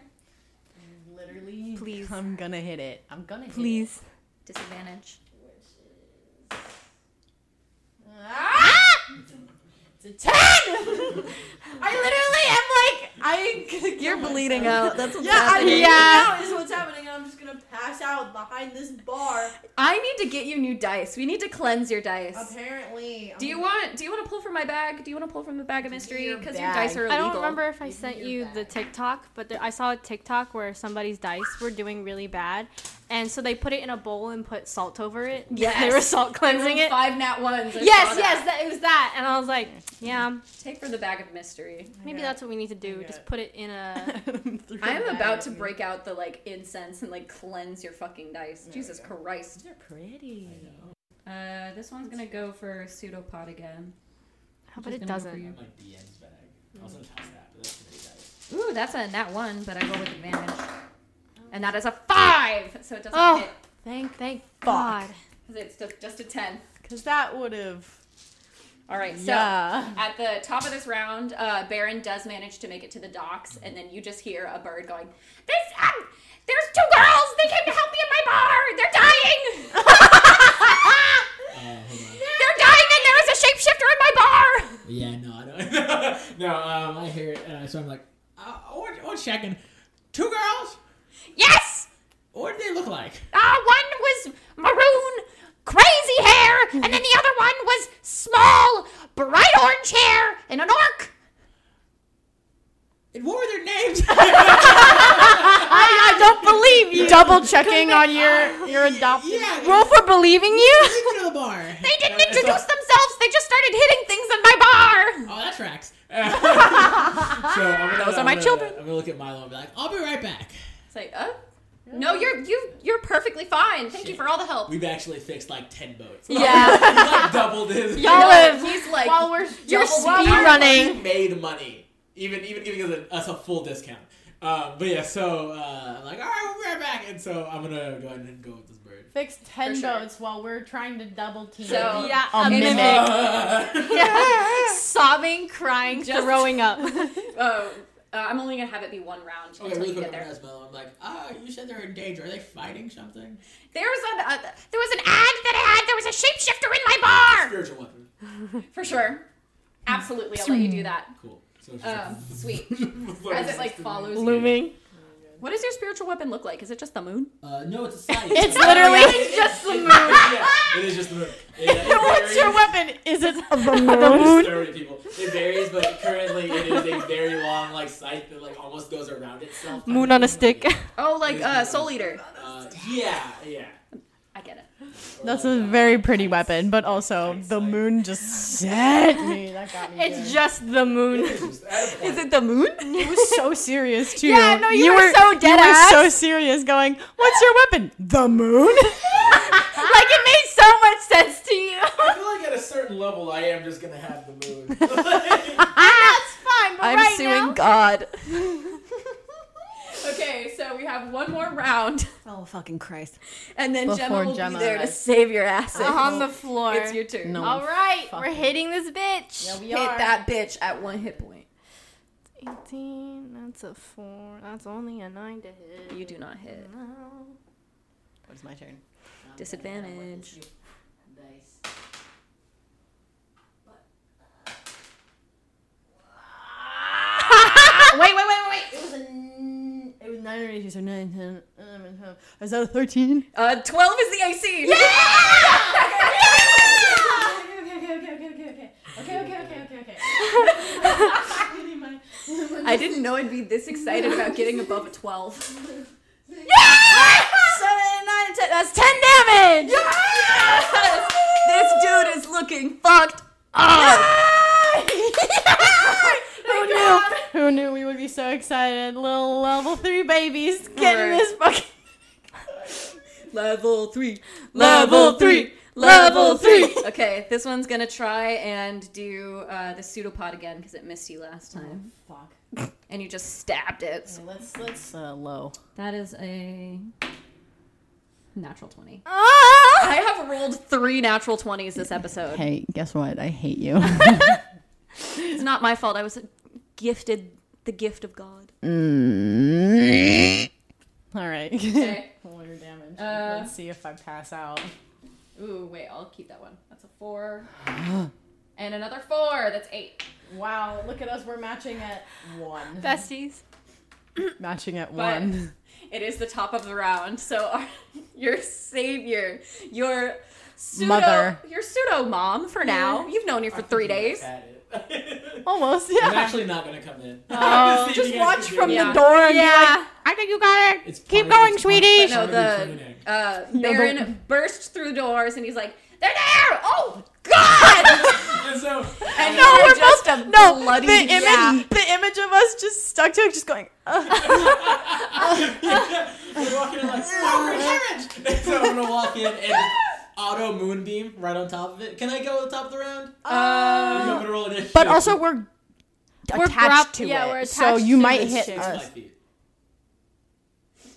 Speaker 8: Literally.
Speaker 5: Please.
Speaker 4: I'm gonna hit it. I'm gonna hit it.
Speaker 5: Please.
Speaker 7: Disadvantage.
Speaker 8: It's a 10! I literally am like, I.
Speaker 7: You're bleeding out. That's what's
Speaker 8: Yeah, I mean,
Speaker 7: yeah.
Speaker 8: yeah. now is what's happening, and I'm just gonna pass out behind this bar.
Speaker 7: I need to get you new dice. We need to cleanse your dice.
Speaker 8: Apparently.
Speaker 7: Do you want? Do you want to pull from my bag? Do you want to pull from the bag of mystery?
Speaker 8: your
Speaker 7: Because your,
Speaker 8: bag.
Speaker 7: dice are
Speaker 5: I
Speaker 7: illegal.
Speaker 5: don't remember if I
Speaker 8: Give me
Speaker 5: sent
Speaker 8: your
Speaker 5: you
Speaker 8: bag.
Speaker 5: the TikTok, but there, I saw a TikTok where somebody's dice were doing really bad, and so they put it in a bowl and put salt over it. they
Speaker 7: Yes.
Speaker 5: were salt
Speaker 7: I
Speaker 5: cleansing
Speaker 7: rolled
Speaker 5: it.
Speaker 7: Five nat ones. I saw
Speaker 5: Yes,
Speaker 7: that.
Speaker 5: yes, that, it was that, and I was like, yeah,
Speaker 7: Take from the bag of mystery.
Speaker 5: maybe
Speaker 8: got-
Speaker 5: that's what we need to do.
Speaker 8: got-
Speaker 5: Just put it in a.
Speaker 7: I
Speaker 8: I'm
Speaker 7: am
Speaker 8: mad
Speaker 7: about
Speaker 8: at
Speaker 7: to
Speaker 8: you.
Speaker 7: break out the like incense and like cleanse your fucking dice. Jesus Christ.
Speaker 4: They're pretty.
Speaker 3: I know.
Speaker 7: Uh, this one's gonna go for pseudopod again.
Speaker 5: How about
Speaker 7: Just
Speaker 5: it
Speaker 7: gonna go for
Speaker 5: doesn't?
Speaker 7: you.
Speaker 3: I have my DM's bag. I was gonna toss that, but that's pretty dice.
Speaker 7: Ooh, that's a nat one, but I roll with advantage, and that is a five, so it doesn't
Speaker 5: Oh.
Speaker 7: hit
Speaker 5: Thank, thank God.
Speaker 7: because it's just, just a ten.
Speaker 4: Cause that would have.
Speaker 7: All right, so
Speaker 4: yeah.
Speaker 7: at the top of this round, uh, Baron does manage to make it to the docks, and then you just hear a bird going, "This um, there's two girls. They came to help me in my bar. They're dying.
Speaker 3: Uh, hold on.
Speaker 7: They're dying, and there is a shapeshifter in my
Speaker 3: Yeah,
Speaker 7: bar."
Speaker 3: no, I don't. no, um, I hear it, uh, so I'm like, uh, what, what's checking? Two girls?
Speaker 7: Yes.
Speaker 3: What do they look like?
Speaker 7: Uh, one was maroon, crazy hair, and then the other one was small, bright orange hair and an orc.
Speaker 3: And what were their names?
Speaker 4: I, I don't believe you. Ah! Double checking on your your adopted.
Speaker 3: Yeah.
Speaker 4: Roll for believing you.
Speaker 3: Into the bar.
Speaker 7: They didn't introduce themselves. They just started hitting things in my bar.
Speaker 3: Oh, that tracks. so I'm gonna,
Speaker 7: Those are
Speaker 3: I'm
Speaker 7: my
Speaker 3: gonna-
Speaker 7: children.
Speaker 3: I'm gonna look at Milo and be like, I'll be right back.
Speaker 7: It's like, oh, no, you're you you're perfectly fine. Thank you for all the help.
Speaker 3: We've actually fixed like ten boats.
Speaker 7: Yeah,
Speaker 3: We, like, doubled his.
Speaker 4: Y'all have
Speaker 7: he's like
Speaker 5: While we're
Speaker 7: you're
Speaker 5: double-
Speaker 7: speed
Speaker 4: speed running.
Speaker 3: We made money, even even giving us a, us a full discount. Um, but yeah, so uh, I'm like, all right, we'll be right back. And so I'm gonna go ahead and go with this bird.
Speaker 4: Fix ten
Speaker 7: For sure.
Speaker 4: boats while we're trying to double team.
Speaker 7: So-
Speaker 5: Yeah,
Speaker 4: A mimic.
Speaker 5: mimic.
Speaker 3: yeah.
Speaker 5: sobbing, crying,
Speaker 7: Just-
Speaker 5: throwing up.
Speaker 7: Oh, uh, I'm only gonna have it be one round
Speaker 3: Okay, really quick, I'm gonna ask Milo. I'm like, ah, you said they're in danger. Are they fighting something?
Speaker 7: There's an uh, there was an ad that I had. There was a shapeshifter in my bar
Speaker 3: Spiritual weapon.
Speaker 7: for sure. Absolutely, I'll let you do that.
Speaker 3: Cool. So it's just
Speaker 7: Oh, sweet.
Speaker 3: like,
Speaker 7: As it like follows. you.
Speaker 4: Looming.
Speaker 7: What does your spiritual weapon look like? Is it just the moon?
Speaker 3: Uh, no, it's a side.
Speaker 4: It's literally
Speaker 5: just the
Speaker 3: yeah, it is just the moon. It, it
Speaker 4: What's your
Speaker 3: varies.
Speaker 4: weapon? Is it the
Speaker 3: There's so
Speaker 4: moon?
Speaker 3: many people. It varies, but currently it is a very long like site that like almost goes around itself.
Speaker 5: Moon on a stick.
Speaker 7: Oh, like
Speaker 3: uh, Soul
Speaker 7: Eater.
Speaker 3: Uh, Yeah, yeah.
Speaker 7: I get it.
Speaker 4: That's a very pretty weapon, but also the moon just set me. That got me.
Speaker 5: It's just the moon.
Speaker 7: Is it the moon?
Speaker 4: It was so serious too.
Speaker 5: Yeah, no, you were so
Speaker 4: You
Speaker 5: dead
Speaker 4: were
Speaker 5: ass.
Speaker 4: so serious, going, "What's your weapon? The moon."
Speaker 5: like it made so much sense to you.
Speaker 3: I feel like at a certain level, I am just gonna have the moon.
Speaker 5: That's fine, but
Speaker 7: I'm
Speaker 5: right
Speaker 7: suing
Speaker 5: now,
Speaker 7: God. okay, so we have one more round,
Speaker 4: Oh fucking Christ!
Speaker 7: and then
Speaker 4: Before
Speaker 7: Gemma will
Speaker 4: Gemma
Speaker 7: be there to
Speaker 4: arrives.
Speaker 7: save your ass.
Speaker 5: on the floor.
Speaker 7: It's your turn.
Speaker 4: No.
Speaker 5: All right,
Speaker 4: Fuck
Speaker 5: we're
Speaker 4: it.
Speaker 5: hitting this bitch.
Speaker 4: Yeah, we
Speaker 7: Hit
Speaker 4: are.
Speaker 7: that bitch at one hit point.
Speaker 5: 18, that's a 4. That's only a 9 to hit.
Speaker 7: You do not hit.
Speaker 5: No.
Speaker 4: What is my turn?
Speaker 7: Disadvantage.
Speaker 8: Nice.
Speaker 4: Wait, wait, wait, wait, wait! It was a n- it was nine or eight, so nine, ten, eleven, twelve. Is that a thirteen?
Speaker 7: Uh, 12 is the AC.
Speaker 8: Okay, okay, okay, okay, okay, okay. Okay, okay, okay, okay, okay.
Speaker 7: I didn't know I'd be this excited about getting above a 12.
Speaker 5: Seven, nine, ten. That's 10 damage!
Speaker 7: Yes! This dude is looking fucked
Speaker 4: Who knew? Who knew we would be so excited? Little level three babies getting
Speaker 7: Right.
Speaker 4: this fucking
Speaker 7: Level three.
Speaker 4: Level three. Level three.
Speaker 7: Okay, this one's gonna try and do uh, the pseudopod again because it missed you last time,
Speaker 8: Fuck.
Speaker 7: and you just stabbed it.
Speaker 4: So let's let's uh, low.
Speaker 7: That is a natural twenty.
Speaker 5: Ah!
Speaker 7: I have rolled three natural twenties this episode.
Speaker 4: Hey, guess what? I hate you.
Speaker 7: It's not my fault. I was gifted the gift of God.
Speaker 4: All right.
Speaker 7: Okay.
Speaker 4: Roll your damage.
Speaker 7: Uh,
Speaker 4: Let's see if I pass out.
Speaker 7: Ooh, wait. I'll keep that one. That's a four. And another four. That's eight.
Speaker 4: Wow, look at us. We're matching at one.
Speaker 5: Besties.
Speaker 4: Matching at
Speaker 7: But-
Speaker 4: one.
Speaker 7: It is the top of the round. So our, your savior, your pseudo,
Speaker 4: Mother.
Speaker 7: your pseudo mom for now. You've known her for three days.
Speaker 4: Almost,
Speaker 3: I'm
Speaker 4: yeah.
Speaker 3: actually not gonna come in.
Speaker 4: Oh Just watch from
Speaker 7: Yeah.
Speaker 4: the door and be like,
Speaker 5: Yeah.
Speaker 4: I think you got it.
Speaker 3: It's
Speaker 4: Keep
Speaker 3: part
Speaker 4: going,
Speaker 3: of- it's
Speaker 4: sweetie.
Speaker 7: No,
Speaker 3: part of
Speaker 7: the
Speaker 3: training.
Speaker 7: uh,
Speaker 4: know, the-
Speaker 7: Baron bursts through doors and he's like, "They're there! Oh God!"
Speaker 3: And so,
Speaker 7: and
Speaker 4: No,
Speaker 7: you're
Speaker 4: we're
Speaker 7: just
Speaker 4: both
Speaker 7: a
Speaker 4: no.
Speaker 7: bloody
Speaker 4: the image,
Speaker 7: yeah.
Speaker 4: the image of us just stuck to it, just going. Ugh.
Speaker 3: we're walking in like, oh, we're in So I'm gonna walk in and just auto moonbeam right on top of it. Can I go to the top of the round? I'm gonna roll initiative.
Speaker 4: Uh, But also, we're
Speaker 5: We're
Speaker 4: attached
Speaker 5: grap-
Speaker 4: to
Speaker 5: yeah,
Speaker 4: it,
Speaker 5: we're
Speaker 4: so
Speaker 5: attached
Speaker 4: you
Speaker 5: to
Speaker 4: might
Speaker 5: this
Speaker 4: hit
Speaker 5: shit.
Speaker 3: It's my
Speaker 4: us.
Speaker 3: feet.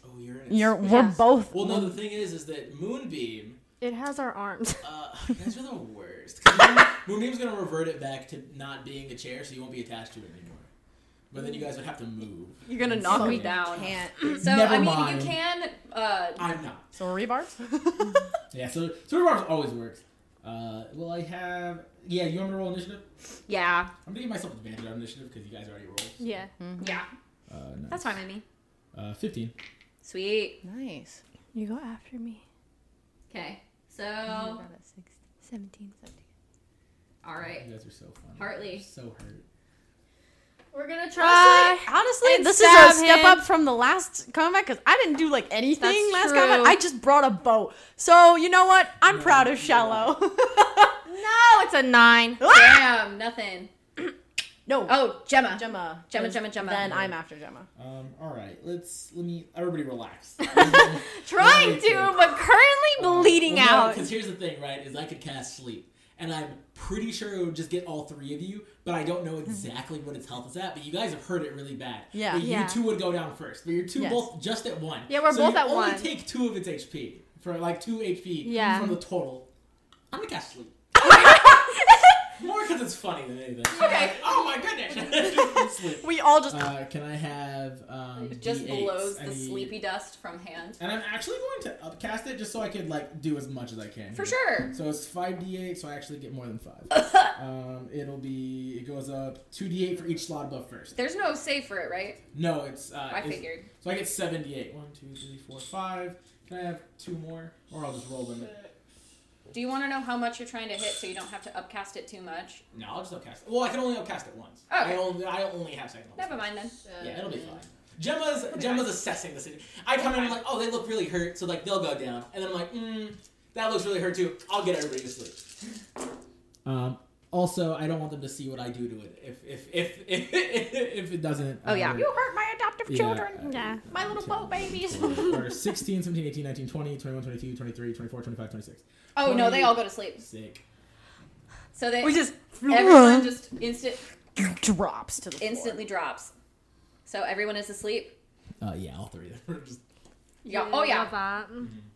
Speaker 3: Oh, you're in. it.
Speaker 4: You're, we're both.
Speaker 3: Well, no. The thing is, is that moonbeam.
Speaker 5: It has our arms.
Speaker 3: Uh, you guys are the worst. 'Cause Moon- Moonbeam's gonna revert it back to not being a chair, so you won't be attached to it anymore. But then you guys would have to move.
Speaker 7: You're gonna knock me
Speaker 3: Fucking
Speaker 7: down.
Speaker 4: can't.
Speaker 7: So
Speaker 3: Never
Speaker 7: I mean,
Speaker 3: mind.
Speaker 7: you can. Uh,
Speaker 3: I'm not.
Speaker 4: So rebars.
Speaker 3: Yeah. So so barbs always works. Uh, well, I have. Yeah, you want me to roll initiative?
Speaker 7: yeah,
Speaker 3: I'm gonna give myself advantage on initiative because you guys already rolled.
Speaker 5: Yeah.
Speaker 7: yeah.
Speaker 3: Uh, no.
Speaker 7: That's fine with me.
Speaker 3: Uh, fifteen.
Speaker 7: Sweet.
Speaker 4: nice.
Speaker 5: You go after me.
Speaker 7: Okay. Mm-hmm. So,
Speaker 5: 17, 17.
Speaker 7: all right.
Speaker 3: You guys are so fun.
Speaker 7: Hartley.
Speaker 3: I'm so hurt.
Speaker 5: We're gonna
Speaker 4: Honestly,
Speaker 5: try.
Speaker 4: honestly,
Speaker 5: and
Speaker 4: this is a
Speaker 5: stab
Speaker 4: step
Speaker 5: him.
Speaker 4: up from the last combat because I didn't do like anything
Speaker 5: That's
Speaker 4: last
Speaker 5: true.
Speaker 4: combat. I just brought a boat. So you know what? I'm
Speaker 3: No,
Speaker 4: proud
Speaker 3: no.
Speaker 4: of Shallow.
Speaker 5: No, it's a 9.
Speaker 7: Damn, um, nothing.
Speaker 4: no,
Speaker 7: Oh, Gemma.
Speaker 4: Gemma,
Speaker 7: Gemma, Gemma, Gemma.
Speaker 4: Then I'm after Gemma.
Speaker 3: Um. All right. Let's. Let me. Everybody relax.
Speaker 4: Oh,
Speaker 5: Trying to, but currently bleeding out.
Speaker 3: Because here's the thing, right? Is I could cast sleep, and I'm pretty sure it would just get all three of you, but I don't know exactly what its health is at. But you guys have heard it really bad.
Speaker 4: Yeah.
Speaker 3: But
Speaker 5: Mm-hmm. Yeah.
Speaker 3: You two would go down first, but you're two
Speaker 4: Yes.
Speaker 3: both just at one.
Speaker 5: Yeah, we're
Speaker 3: so
Speaker 5: both
Speaker 3: you
Speaker 5: at
Speaker 3: only
Speaker 5: one.
Speaker 3: Take two of its HP for like two HP
Speaker 5: Yeah.
Speaker 3: from the total. I'm gonna cast sleep. More because it's funny than anything. Okay. oh my goodness. Sleep.
Speaker 4: We all just
Speaker 3: Uh, can I have um,
Speaker 7: It just
Speaker 3: D8s?
Speaker 7: blows
Speaker 3: I
Speaker 7: the
Speaker 3: need-
Speaker 7: sleepy dust from hand.
Speaker 3: And I'm actually going to upcast it just so I could like do as much as I can.
Speaker 7: For
Speaker 3: here.
Speaker 7: sure.
Speaker 3: So it's five d8, so I actually get more than five. um, it'll be it goes up two d8 for each slot above first.
Speaker 7: There's no save for it, right?
Speaker 3: No, it's uh,
Speaker 7: I
Speaker 3: it's-
Speaker 7: figured.
Speaker 3: So I get seven d8. One, two, three, four, five. Can I have two more, or I'll just roll them?
Speaker 7: Do you want to know how much you're trying to hit so you don't have to upcast it too much?
Speaker 3: No, I'll just upcast it. Well, I can only upcast it once. I
Speaker 7: Okay.
Speaker 3: only I only have second level.
Speaker 7: Never mind then.
Speaker 3: Yeah, it'll be fine. Gemma's Jumbo's assessing the situation. I come in and I'm like, oh, they look really hurt, so like they'll go down, and then I'm like, mm, that looks really hurt too. I'll get everybody to sleep. Um, also, I don't want them to see what I do to it if if if if, if it doesn't.
Speaker 7: Oh, yeah.
Speaker 3: uh,
Speaker 7: You hurt my adoptive
Speaker 3: yeah,
Speaker 7: children.
Speaker 3: uh,
Speaker 5: Yeah.
Speaker 7: My little boat babies.
Speaker 3: Or 16, 17, 18, 19, 20, 21, 22, 23, 24, 25, 26.
Speaker 7: Oh no, they all go to sleep.
Speaker 3: Sick.
Speaker 7: So they
Speaker 5: We just
Speaker 7: everyone just instant
Speaker 4: drops to the floor.
Speaker 7: instantly drops. So everyone is asleep.
Speaker 3: Uh, yeah, all three of them. are just-
Speaker 7: Yeah. Oh yeah.
Speaker 5: love that.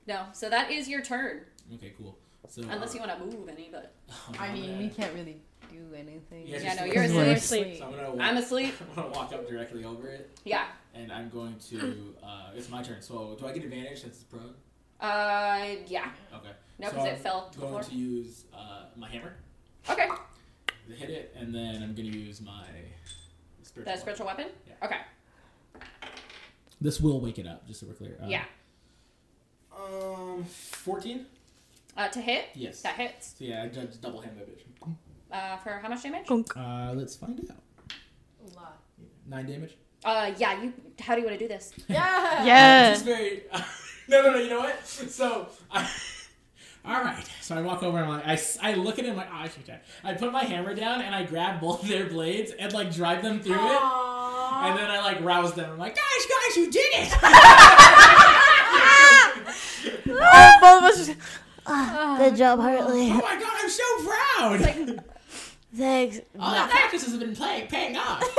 Speaker 7: No. So that is your turn,
Speaker 3: okay, cool. So uh,
Speaker 7: unless you want to move any. But
Speaker 3: Oh,
Speaker 4: I mean, we
Speaker 3: man.
Speaker 4: can't really do anything.
Speaker 3: Yeah,
Speaker 7: yeah, no,
Speaker 3: just-
Speaker 7: you're
Speaker 4: Because we're
Speaker 7: asleep.
Speaker 4: asleep.
Speaker 3: So I'm gonna. Walk,
Speaker 7: I'm asleep.
Speaker 3: I'm gonna walk up directly over it.
Speaker 7: Yeah.
Speaker 3: and I'm going
Speaker 7: Mm.
Speaker 3: to. Uh, it's my turn. So do I get advantage since it's prone?
Speaker 7: Uh. Yeah.
Speaker 3: Okay.
Speaker 7: No,
Speaker 3: So
Speaker 7: because
Speaker 3: I'm
Speaker 7: it fell to the
Speaker 3: Going
Speaker 7: floor.
Speaker 3: to use uh, my hammer
Speaker 7: Okay.
Speaker 3: to hit it, and then I'm going to use my spiritual.
Speaker 7: That spiritual weapon.
Speaker 3: Yeah. Uh-huh.
Speaker 7: Okay.
Speaker 3: This will wake it up, just so we're clear. Uh,
Speaker 7: Yeah.
Speaker 3: Um, fourteen.
Speaker 7: Uh, to hit.
Speaker 3: Yes.
Speaker 7: That hits.
Speaker 3: So yeah, I just double hand that bitch.
Speaker 7: Uh, for how much damage?
Speaker 3: Uh, let's find out.
Speaker 8: A lot.
Speaker 3: Nine damage.
Speaker 7: Uh, yeah. You. How do you want to do this?
Speaker 8: Yeah.
Speaker 4: Uh.
Speaker 5: Yeah.
Speaker 3: It's very. no, no, no. You know what? So, I, all right. So I walk over and I'm like, I, s- I look at him like, oh, I should die. I put my hammer down and I grab both their blades and like drive them through it. And then I like rouse them. I'm like, guys, guys, you did it!
Speaker 6: Good job, Hartley.
Speaker 3: Oh my god, I'm so proud!
Speaker 6: Thanks.
Speaker 3: All that practice has been playing, paying off.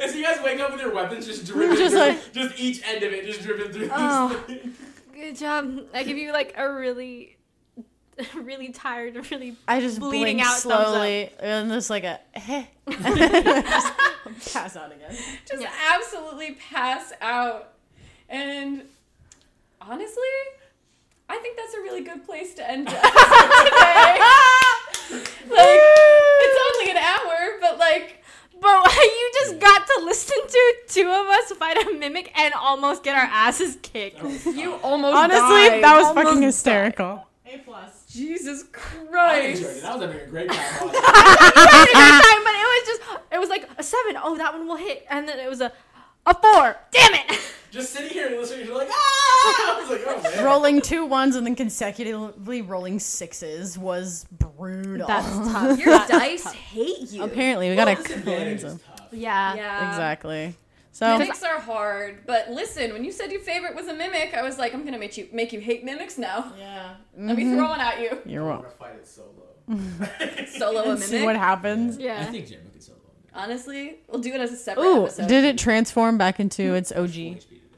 Speaker 3: As you guys wake up with your weapons just driven,
Speaker 4: Just
Speaker 3: through,
Speaker 4: like-
Speaker 3: just each end of it just driven through.
Speaker 5: Oh.
Speaker 3: These things.
Speaker 5: Good job. I give you like a really, really tired, really.
Speaker 4: I just
Speaker 5: Bleeding
Speaker 4: blink
Speaker 5: out thumbs up.
Speaker 4: slowly, and just like a heh. Just pass out again.
Speaker 7: just absolutely pass out. And honestly, I think that's a really good place to end the episode today. like, it's only an hour, but like,
Speaker 5: But you just got to listen to two of us fight a mimic and almost get our asses kicked.
Speaker 7: you almost
Speaker 4: Honestly,
Speaker 7: died.
Speaker 4: that was
Speaker 7: Almost
Speaker 4: fucking
Speaker 7: died.
Speaker 4: hysterical.
Speaker 8: A plus.
Speaker 7: Jesus
Speaker 3: I enjoyed it.
Speaker 7: Christ.
Speaker 3: I was having a great time.
Speaker 5: Not a good time, but it was just it was like a seven. Oh, that one will hit, and then it was a a four. Damn it!
Speaker 3: Just sitting here and listening, you're like, ah! I was like, oh man.
Speaker 4: Rolling two ones and then consecutively rolling sixes was brutal.
Speaker 5: tough.
Speaker 7: Your dice hate you.
Speaker 4: Apparently, we got
Speaker 3: Well,
Speaker 4: a
Speaker 3: disadvantage is
Speaker 4: cleanse.
Speaker 3: tough.
Speaker 5: Yeah.
Speaker 7: Yeah.
Speaker 4: Exactly.
Speaker 7: The
Speaker 4: So
Speaker 7: Mimics are hard, but listen, when you said your favorite was a mimic, I was like, I'm gonna make you make you hate mimics now.
Speaker 8: Yeah.
Speaker 7: Let me throw one at you.
Speaker 4: Mm-hmm. you're
Speaker 3: I want
Speaker 4: wrong.
Speaker 3: to fight it solo.
Speaker 4: Mm-hmm.
Speaker 7: Solo a mimic.
Speaker 4: See what happens.
Speaker 5: Yeah.
Speaker 3: I think Jim could solo. it.
Speaker 7: Honestly, we'll do it as a separate
Speaker 4: Ooh,
Speaker 7: episode.
Speaker 4: did it transform back into its OG?
Speaker 3: Which beat it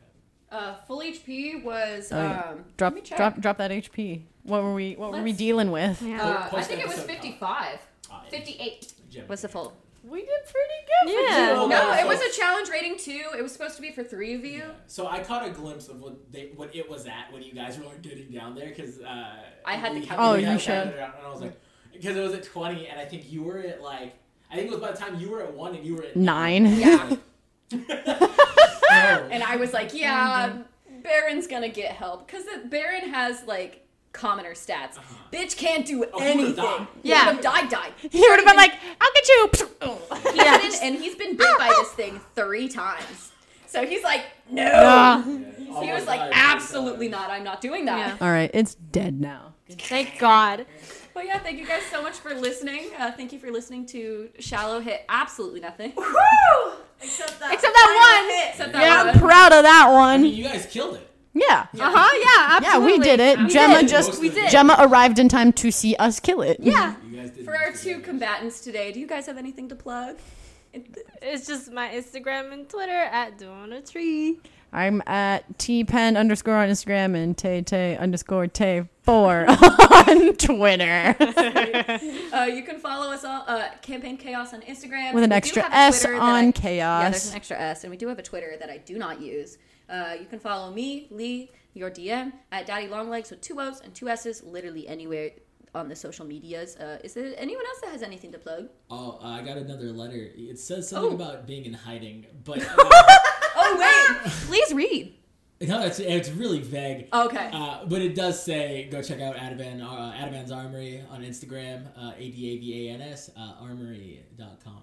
Speaker 3: up.
Speaker 7: Uh, full HP was
Speaker 4: Oh, yeah.
Speaker 7: um, let
Speaker 4: Drop,
Speaker 7: me check.
Speaker 4: drop, drop that HP. What were we? What were we
Speaker 7: Let's-
Speaker 4: dealing with?
Speaker 7: Uh, I
Speaker 3: Post
Speaker 7: think it was
Speaker 3: episode count.
Speaker 7: 55.
Speaker 3: Ah, yeah,
Speaker 7: 58
Speaker 3: Jim.
Speaker 7: was the full.
Speaker 4: We did pretty
Speaker 5: Yeah.
Speaker 3: Oh,
Speaker 7: No,
Speaker 3: that's
Speaker 7: it was
Speaker 3: so-
Speaker 7: a challenge rating two. It was supposed to be for three of you.
Speaker 3: Yeah. So I caught a glimpse of what they what it was at when you guys were getting down there because uh,
Speaker 7: I had
Speaker 3: we
Speaker 7: the
Speaker 4: Oh,
Speaker 3: we
Speaker 4: you
Speaker 3: had
Speaker 4: should.
Speaker 3: counted it out, And I was like, because it was at twenty, and I think you were at like, I think it was by the time you were at one and you were at
Speaker 4: Nine.
Speaker 7: Yeah.
Speaker 3: Oh.
Speaker 7: And I was like, yeah, Baron's gonna get help. Because Baron has, like, commoner stats. Bitch can't do
Speaker 3: Uh-huh. Oh, he would've
Speaker 7: anything.
Speaker 3: died.
Speaker 5: Yeah.
Speaker 7: He would've died, died.
Speaker 4: He would have been like, "I'll get you."
Speaker 7: He's been, and he's been bit by this thing three times. So he's like, no.
Speaker 3: Yeah.
Speaker 7: He
Speaker 3: Oh,
Speaker 7: was like, absolutely not. I'm not doing that.
Speaker 5: Yeah.
Speaker 4: All right, it's dead now.
Speaker 5: Thank God.
Speaker 7: Well, yeah, thank you guys so much for listening. Uh, thank you for listening to Shallow Hit Absolutely Nothing.
Speaker 8: Except that.
Speaker 5: Except that one.
Speaker 7: Except
Speaker 4: Yeah,
Speaker 7: that
Speaker 4: I'm
Speaker 7: one.
Speaker 4: proud of that
Speaker 3: I mean,
Speaker 4: one.
Speaker 3: you guys killed it.
Speaker 4: Yeah.
Speaker 5: Uh huh. Yeah.
Speaker 4: Yeah,
Speaker 5: Absolutely.
Speaker 4: we did it.
Speaker 7: We
Speaker 4: Gemma
Speaker 7: did.
Speaker 4: just
Speaker 3: We did.
Speaker 4: Gemma arrived in time to see us kill it.
Speaker 5: Yeah.
Speaker 3: You guys did
Speaker 7: For our
Speaker 3: most of
Speaker 7: two
Speaker 3: it.
Speaker 7: combatants today, do you guys have anything to plug?
Speaker 5: It's just my Instagram and Twitter at doing a tree.
Speaker 4: I'm at tpen underscore on Instagram and tay tay underscore tay four on Twitter
Speaker 7: Uh, you can follow us all, uh, Campaign Chaos on Instagram.
Speaker 4: with an
Speaker 7: We do
Speaker 4: extra
Speaker 7: have a
Speaker 4: S
Speaker 7: Twitter that
Speaker 4: on
Speaker 7: I- Yeah, there's
Speaker 4: chaos.
Speaker 7: an extra S, and we do have a Twitter that I do not use. Uh, you can follow me, Lee, your DM, at Daddy Longlegs with two O's and two S's, literally anywhere on the social medias. Uh, is there anyone else that has anything to plug?
Speaker 3: Oh, uh, I got another letter. It says something
Speaker 7: Oh.
Speaker 3: about being in hiding, but uh,
Speaker 7: Oh, wait! Please read!
Speaker 3: no, it's it's really vague.
Speaker 7: Okay.
Speaker 3: Uh, but it does say go check out Adavan, uh, Adavan's Armory on Instagram, uh, A D A V A N S, uh, armory.com.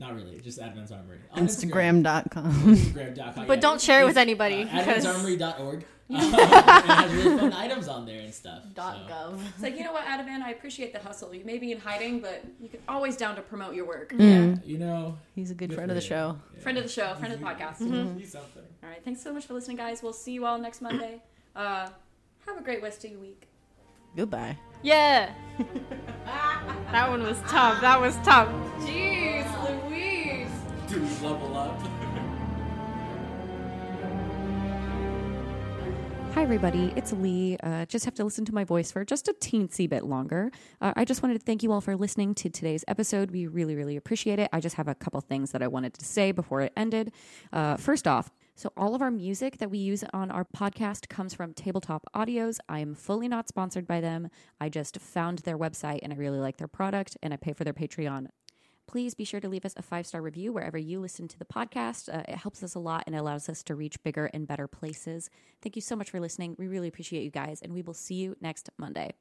Speaker 3: Not really. Just Advent's Armory. On
Speaker 4: Instagram.com.
Speaker 3: Instagram.com.
Speaker 5: But
Speaker 3: yeah.
Speaker 5: don't share it with
Speaker 3: It's,
Speaker 5: anybody,
Speaker 3: Uh,
Speaker 5: 'cause-
Speaker 3: Advent'sArmory.org. Um, and it has really fun items on there and stuff. so.
Speaker 9: Dot gov.
Speaker 1: It's like, you know what, Adavan, I appreciate the hustle. You may be in hiding, but you can always down to promote your work.
Speaker 7: Mm-hmm.
Speaker 3: You know,
Speaker 4: He's a good
Speaker 3: Good
Speaker 4: friend of the
Speaker 3: for you.
Speaker 4: show.
Speaker 3: yeah.
Speaker 1: Friend of the show, friend of the
Speaker 3: You-
Speaker 1: podcast.
Speaker 7: Mm-hmm.
Speaker 3: you see something.
Speaker 1: All right. Thanks so much for listening, guys. We'll see you all next Monday. Uh, have a great rest of your week.
Speaker 4: Goodbye.
Speaker 5: Yeah. that one was tough. That was tough.
Speaker 1: Jeez, Louise.
Speaker 3: Dude, level up.
Speaker 1: Hi, everybody. It's Lee. Uh, just have to listen to my voice for just a teensy bit longer. Uh, I just wanted to thank you all for listening to today's episode. We really, really appreciate it. I just have a couple things that I wanted to say before it ended. Uh, first off, so all of our music that we use on our podcast comes from Tabletop Audios. I am fully not sponsored by them. I just found their website and I really like their product and I pay for their Patreon please be sure to leave us a five star review wherever you listen to the podcast. Uh, it helps us a lot and allows us to reach bigger and better places. Thank you so much for listening. We really appreciate you guys, and we will see you next Monday.